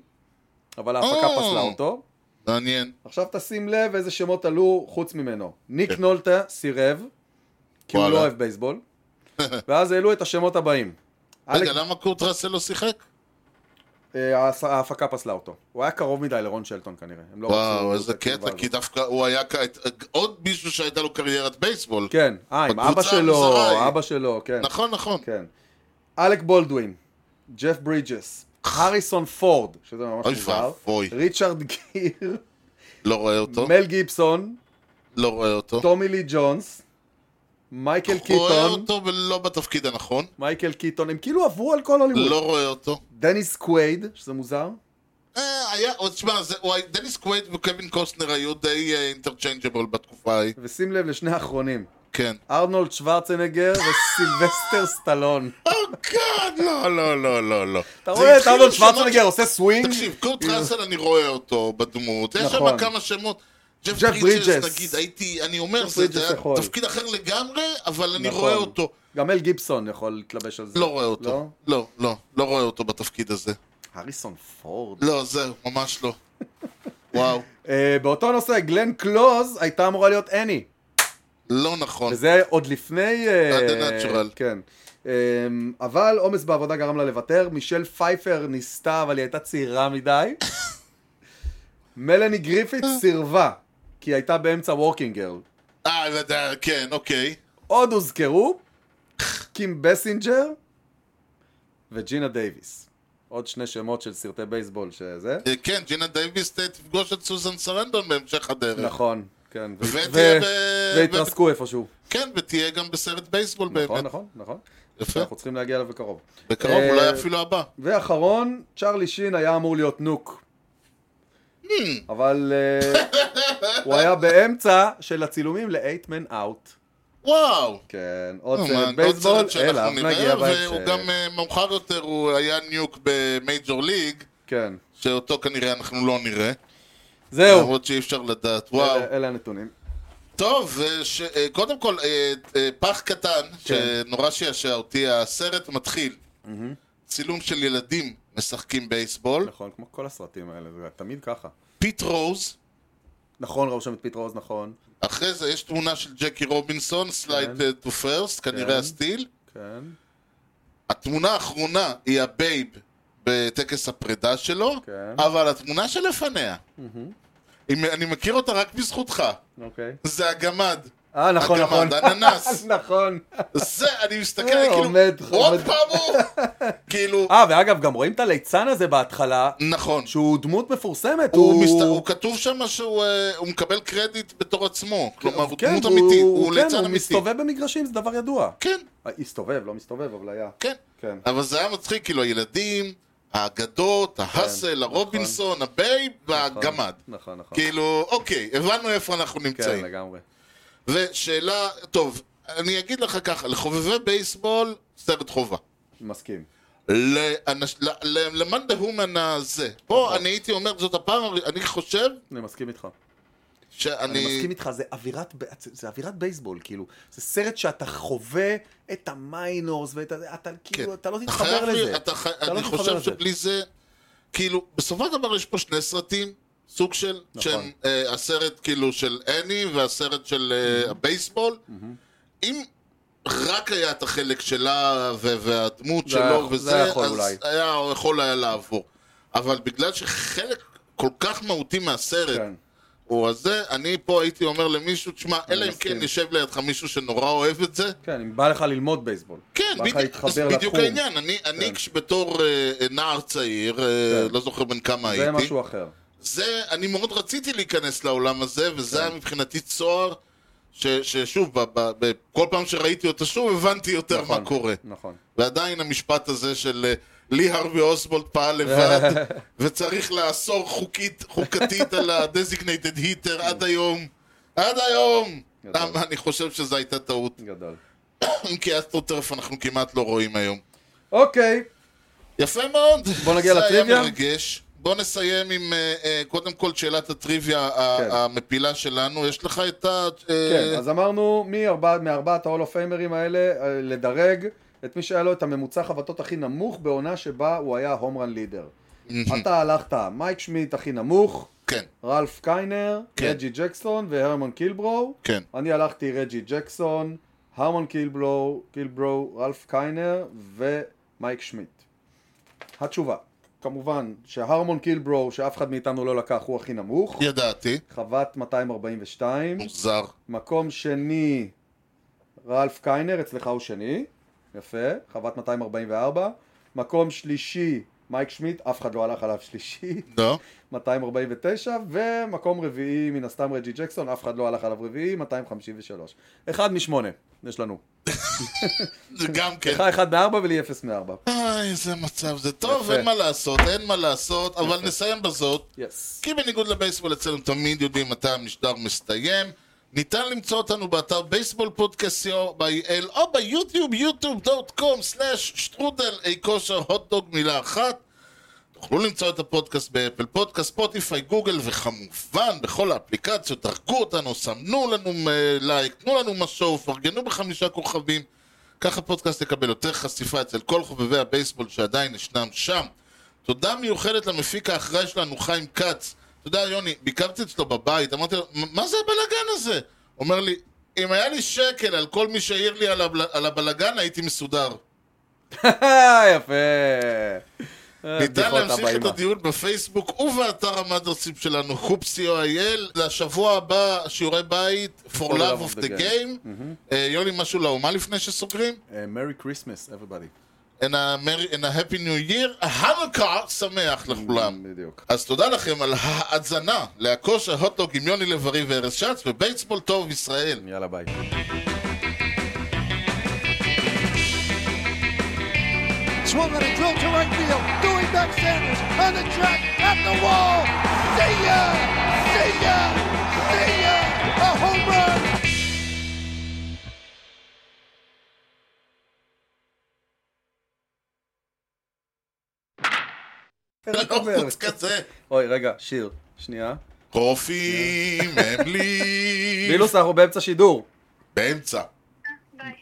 B: אבל ההפקה
A: או.
B: פסלה אותו.
A: מעניין.
B: עכשיו תשים לב איזה שמות עלו חוץ ממנו. ניק
A: כן.
B: נולטה סירב, כי הוא
A: וואלה.
B: לא אוהב בייסבול, ואז העלו את השמות הבאים.
A: רגע,
B: אלק-
A: למה קורט ראסל לא שיחק?
B: אה, ההס- ההפקה פסלה אותו. הוא היה קרוב מדי לרון שלטון כנראה. הם לא רצו-
A: וואו, איזה
B: זה כאילו
A: קטע,
B: בא
A: כי
B: לו.
A: דווקא הוא היה כ- אה, עוד מישהו שהייתה לו קריירת בייסבול.
B: כן, אה, עם
A: בקבוצה
B: אבא שלו,
A: המזרעי.
B: אבא שלו, כן.
A: נכון, נכון.
B: כן. אלק בולדווין, ג'ף ברידג'ס, הריסון פורד, שזה ממש
A: אוי
B: מוזר,
A: ואבוי.
B: ריצ'רד גיר,
A: לא רואה אותו,
B: מל גיבסון,
A: לא רואה אותו.
B: טומי לי ג'ונס, מייקל
A: רואה
B: קיטון,
A: אותו ולא בתפקיד הנכון.
B: מייקל קיטון, הם כאילו עברו על כל הוליווד.
A: לא רואה אותו.
B: דניס קווייד, שזה מוזר,
A: אה, היה, עוד תשמע, זה- הוא היה- דניס קווייד וקווין קוסטנר היו די אינטרצ'יינג'בול בתקופה ההיא.
B: ושים לב לשני האחרונים,
A: כן.
B: ארנולד שוורצנגר וסילבסטר סטלון.
A: Oh God, לא, לא, לא, לא, לא.
B: אתה
A: זה
B: רואה את
A: התחיל
B: ארנולד
A: לשנות-
B: שוורצנגר עושה סווינג?
A: תקשיב, קורט ראסל אני רואה אותו בדמות, יש
B: נכון.
A: שם כמה שמות. ג'ף
B: ג'ף ברידג'ס.
A: ברידג'ס, נגיד, הייתי, אני אומר,
B: ג'ף
A: זה
B: ברידג'ס
A: היה
B: יכול.
A: תפקיד אחר לגמרי, אבל אני
B: נכון.
A: רואה אותו.
B: גם מל גיבסון יכול להתלבש על זה.
A: לא רואה
B: לא?
A: אותו. לא, לא, לא רואה אותו בתפקיד הזה.
B: הריסון פורד.
A: לא, זהו, ממש לא. וואו,
B: אה, באותו נושא, גלן קלוז הייתה אמורה להיות אני.
A: לא נכון.
B: וזה עוד לפני... אה,
A: Not the natural.
B: כן. אה, אבל עומס בעבודה גרם לה לוותר, מישל פייפר ניסתה, אבל היא הייתה צעירה מדי. מלאני גריפיץ סירבה, כי היא הייתה באמצע וורקינג גרל.
A: אה, ודאי, כן, אוקיי.
B: עוד הוזכרו, קים בסינג'ר וג'ינה דייוויס. עוד שני שמות של סרטי בייסבול שזה.
A: אה, כן, ג'ינה דייוויס ת- תפגוש את סוזן סרנדון בהמשך הדרך.
B: נכון, כן. ו-
A: ותהיה
B: ו-
A: ב-
B: והתרסקו איפשהו.
A: כן, ותהיה גם בסרט בייסבול
B: נכון,
A: באמת.
B: נכון, נכון.
A: יפה.
B: אנחנו צריכים להגיע אליו בקרוב.
A: בקרוב,
B: אה,
A: אולי אפילו הבא.
B: ואחרון, צ'רלי שין היה אמור להיות נוק. אבל אה, הוא היה באמצע של הצילומים ל-8-Man Out.
A: וואו!
B: כן, עוד
A: נו, מה,
B: סרט
A: עוד
B: בייסבול,
A: סרט שאנחנו
B: אליו
A: נראה,
B: נגיע
A: והוא
B: בהמשך.
A: גם אה, מאוחר יותר, הוא היה ניוק במייג'ור ליג,
B: כן.
A: שאותו כנראה אנחנו לא נראה.
B: זהו, אה,
A: למרות שאי אפשר לדעת, וואו.
B: אלה אלה הנתונים.
A: טוב, אה, ש- אה, קודם כל, אה, אה, פח קטן,
B: כן.
A: שנורא שעשע אותי, הסרט מתחיל. צילום של ילדים משחקים בייסבול.
B: נכון, כמו כל הסרטים האלה, זה תמיד ככה.
A: פיט רוז,
B: נכון, ראו שם את פיט רוז, נכון.
A: אחרי זה יש תמונה של ג'קי רובינסון, סלייד טו פרסט, כנראה הסטיל.
B: כן.
A: התמונה האחרונה היא הבייב בטקס הפרידה שלו,
B: כן.
A: אבל התמונה שלפניה, אם- אני מכיר אותה רק בזכותך,
B: אוקיי.
A: זה הגמד.
B: אה, נכון,
A: הגמד,
B: נכון.
A: הננס.
B: נכון.
A: זה, אני מסתכל,
B: אה,
A: כאילו,
B: עומד,
A: עוד
B: עומד.
A: פעם הוא! כאילו,
B: אה, ואגב, גם רואים את הליצן הזה בהתחלה,
A: נכון.
B: שהוא דמות מפורסמת,
A: הוא, מסת... הוא כתוב שם שהוא אה, הוא מקבל קרדיט בתור עצמו, כלומר הוא דמות אמיתית, הוא
B: כן,
A: ליצן
B: הוא
A: אמיתי.
B: מסתובב במגרשים, זה דבר ידוע.
A: כן,
B: אה, הסתובב, לא מסתובב, אבל היה.
A: כן.
B: כן.
A: אבל זה היה מצחיק, כאילו הילדים, האגדות, ההאסל, הרובינסון, הבייב והגמד.
B: נכון, נכון.
A: כאילו, אוקיי, הבנו איפה אנחנו
B: כן,
A: נמצאים.
B: לגמרי.
A: ושאלה, טוב, אני אגיד לך ככה, לחובבי בייסבול, סרט חובה.
B: מסכים.
A: לאנש- ל- ל- למאן דהומן הזה. פה
B: נכון.
A: אני הייתי אומר, זאת הפעם, הר- אני חושב
B: אני מסכים איתך. אני
A: שאני...
B: מסכים איתך, זה אווירת, ב- זה- זה אווירת בייסבול, כאילו, זה סרט שאתה חווה את המיינורס ואת ה... אתה כאילו, אתה לא תתחבר
A: כן. חייב לי-
B: לזה.
A: אתה חי-
B: לא
A: אני
B: תתחבר
A: חושב
B: לזה.
A: שבלי זה, כאילו, בסופו של דבר יש פה שני סרטים, סוג של,
B: נכון.
A: שהם אה, הסרט כאילו של אני והסרט של אה, הבייסבול. אם רק היה את החלק שלה ו- והדמות
B: זה היה-
A: שלו
B: זה
A: וזה,
B: היה יכול
A: אז
B: אולי.
A: היה יכול היה לעבור. אבל בגלל שחלק כל כך מהותי מהסרט,
B: כן.
A: הוא הזה, אני פה הייתי אומר למישהו, תשמע, אלא אם
B: מסכים.
A: כן יושב לידך מישהו שנורא אוהב את זה,
B: כן, אם בא לך ללמוד בייסבול.
A: כן,
B: בא
A: בדיוק,
B: לך
A: זה
B: להתחבר
A: בדיוק
B: לתחום. כן.
A: העניין. אני, אני כש- בתור אה, נער צעיר, אה, לא זוכר בן כמה
B: זה
A: הייתי,
B: משהו אחר.
A: זה, אני מאוד רציתי להיכנס לעולם הזה, וזה
B: כן.
A: היה מבחינתי צוהר, ש- ששוב, ב- ב- ב- כל פעם שראיתי אותו שוב, הבנתי יותר
B: נכון,
A: מה קורה.
B: נכון.
A: ועדיין המשפט הזה של אה, לי הרווי אוסבולד פעל לבד, וצריך לאסור חוקית, חוקתית על ה-designated hitter עד היום. עד היום!
B: גדול.
A: למה אני חושב שזו הייתה טעות.
B: גדול.
A: אם כי אסטרוטרף אנחנו כמעט לא רואים היום.
B: אוקיי,
A: יפה מאוד.
B: בוא נגיע
A: זה
B: לטריוויה?
A: היה מרגש. בוא נסיים עם אה, אה, קודם כל שאלת הטריוויה ה-
B: כן.
A: המפילה שלנו. יש לך את ה... אה,
B: כן, אז אמרנו מארבע- מארבעת ההול אוף פיימרים האלה, אה, לדרג את מי שהיה לו את הממוצע חבטות הכי נמוך בעונה שבה הוא היה הומרן לידר. אתה הלכת, מייק שמיט הכי נמוך,
A: כן,
B: רלף קיינר,
A: כן.
B: רג'י ג'קסון והרמן קילברו.
A: כן.
B: אני הלכתי רג'י ג'קסון, הרמן קילברו, קילברו, רלף קיינר ומייק שמיט. התשובה, כמובן, שהרמון קילברו, שאף אחד מאיתנו לא לקח, הוא הכי נמוך.
A: כן. ידעתי,
B: חוות 242.
A: מוזר.
B: מקום שני, רלף קיינר, אצלך הוא שני. יפה, חוות 244. מקום שלישי, מייק שמיט, אף אחד לא הלך עליו שלישי.
A: לא,
B: 249, ומקום רביעי מן הסתם רג'י ג'קסון, אף אחד לא הלך עליו רביעי, 253. אחד משמונה, יש לנו.
A: זה גם כן.
B: לך אחד מארבע ולי אפס מארבע.
A: איי, איזה מצב זה טוב,
B: יפה.
A: אין מה לעשות, אין מה לעשות, אבל נסיים בזאת.
B: יס.
A: כי בניגוד לבייסבול אצלנו תמיד יודעים מתי המשדר מסתיים. ניתן למצוא אותנו באתר בייסבול פודקאסט co.il או ביוטיוב yוטיוב.com/שטרודל אי כושר הוטדוג מילה אחת. תוכלו למצוא את הפודקאסט באפל פודקאסט, ספוטיפיי, גוגל וכמובן בכל האפליקציות. דרגו אותנו, סמנו לנו אה, לייק, תנו לנו משוב, פרגנו בחמישה כוכבים. ככה הפודקאסט יקבל יותר חשיפה אצל כל חובבי הבייסבול שעדיין ישנם שם. תודה מיוחדת למפיק האחראי שלנו, חיים כץ. אתה יודע, יוני, ביקרתי אצלו בבית, אמרתי לו, "מה- מה זה הבלגן הזה? אומר לי, אם היה לי שקל על כל מי שהעיר לי על, הבל... על הבלגן, הייתי מסודר.
B: יפה.
A: ניתן
B: הבדיחות
A: להמשיך את
B: הבאימה.
A: הדיון בפייסבוק ובאתר המדרסים שלנו, hoops.co.il. לשבוע הבא, שיעורי בית, for love of the game. אה, יוני, משהו לאומה לפני שסוגרים?
B: מרי כריסמס, אה, everybody.
A: and a, Merry, and a Happy New Year, חנוכה שמח לכולם.
B: בדיוק.
A: אז תודה לכם על ההאזנה להקוש ההוטדוג עם יוני לב-ארי וארז שץ ובייסבול טוב ישראל.
B: יאללה ביי.
F: Swung on a drill to right field. Doing back Sanders on the track at the wall. See ya! See ya! See ya! A home run!
A: לא חוץ כזה.
B: אוי, רגע, שיר. שנייה.
A: רופאים
B: כן.
A: הם לי.
B: וילוס, אנחנו באמצע שידור.
A: באמצע.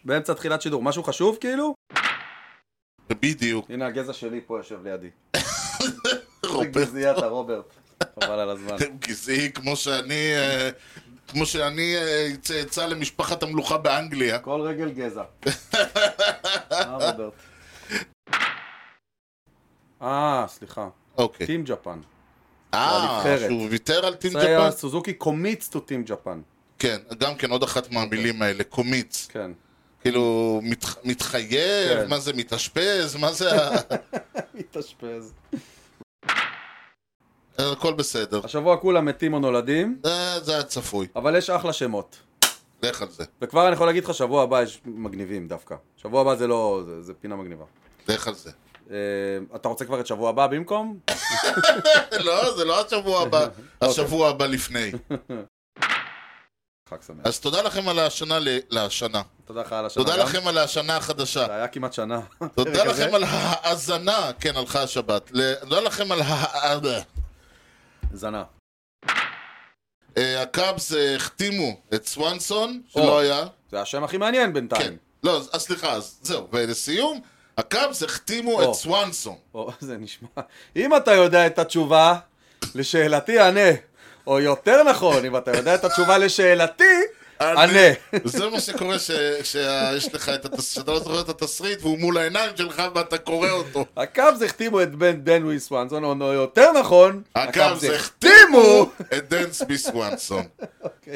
B: באמצע תחילת שידור. משהו חשוב כאילו?
A: בדיוק.
B: הנה הגזע שלי פה יושב לידי.
A: רוברט.
B: גזיית הרוברט. חבל על הזמן.
A: אתם גזעי כמו שאני... אה, כמו שאני אה, צאצא למשפחת המלוכה באנגליה.
B: כל רגל גזע. אה, רוברט. אה, סליחה.
A: אוקיי.
B: טים ג'פן.
A: אה,
B: הנבחרת.
A: שהוא ויתר על טים
B: זה היה
A: ג'פן?
B: סוזוקי קומיץ טו טים ג'פן.
A: כן, גם כן עוד אחת מהמילים האלה, קומיץ.
B: כן.
A: כאילו, מת, מתחייב,
B: כן.
A: מה זה מתאשפז, מה זה, ה-
B: מתאשפז.
A: הכל בסדר.
B: השבוע כולם מתים או נולדים,
A: זה, זה היה צפוי,
B: אבל יש אחלה שמות.
A: לך על זה,
B: וכבר אני יכול להגיד לך, שבוע הבא יש מגניבים דווקא. שבוע הבא זה לא... זה, זה פינה מגניבה.
A: לך על זה.
B: אה, אתה רוצה כבר את שבוע הבא במקום?
A: לא, זה לא השבוע הבא,
B: אוקיי.
A: השבוע הבא לפני.
B: חג שמח.
A: אז תודה לכם על ההשנה, ל... להשנה.
B: תודה לך על השנה
A: תודה
B: אה, גם. אה,
A: לכם על ההשנה החדשה.
B: זה היה כמעט שנה.
A: תודה
B: הפרק הזה.
A: לכם על ההאזנה, כן, הלכה השבת. ל- תודה לכם על אה, ה...
B: זנה.
A: אה, הקאבס אה, החתימו את סוונסון, שלא
B: או. אה.
A: היה.
B: זה השם הכי מעניין
A: כן.
B: בינתיים.
A: לא, אז אז סליחה, אז זהו. ולסיום, הקאבס החתימו
B: או.
A: את סוונסון.
B: או, זה נשמע... אם אתה יודע את התשובה, לשאלתי ענה. או יותר נכון, אם אתה יודע את התשובה לשאלתי, ענה.
A: זה מה שקורה שיש לך את התס- שאתה לא זוכר את התסריט והוא מול העיניים שלך ואתה קורא אותו.
B: הקאבס החתימו את בן דנווי סוואנסון, או יותר נכון,
A: הקו זה
B: החתימו
A: החתימו את דן סבי סוונסון.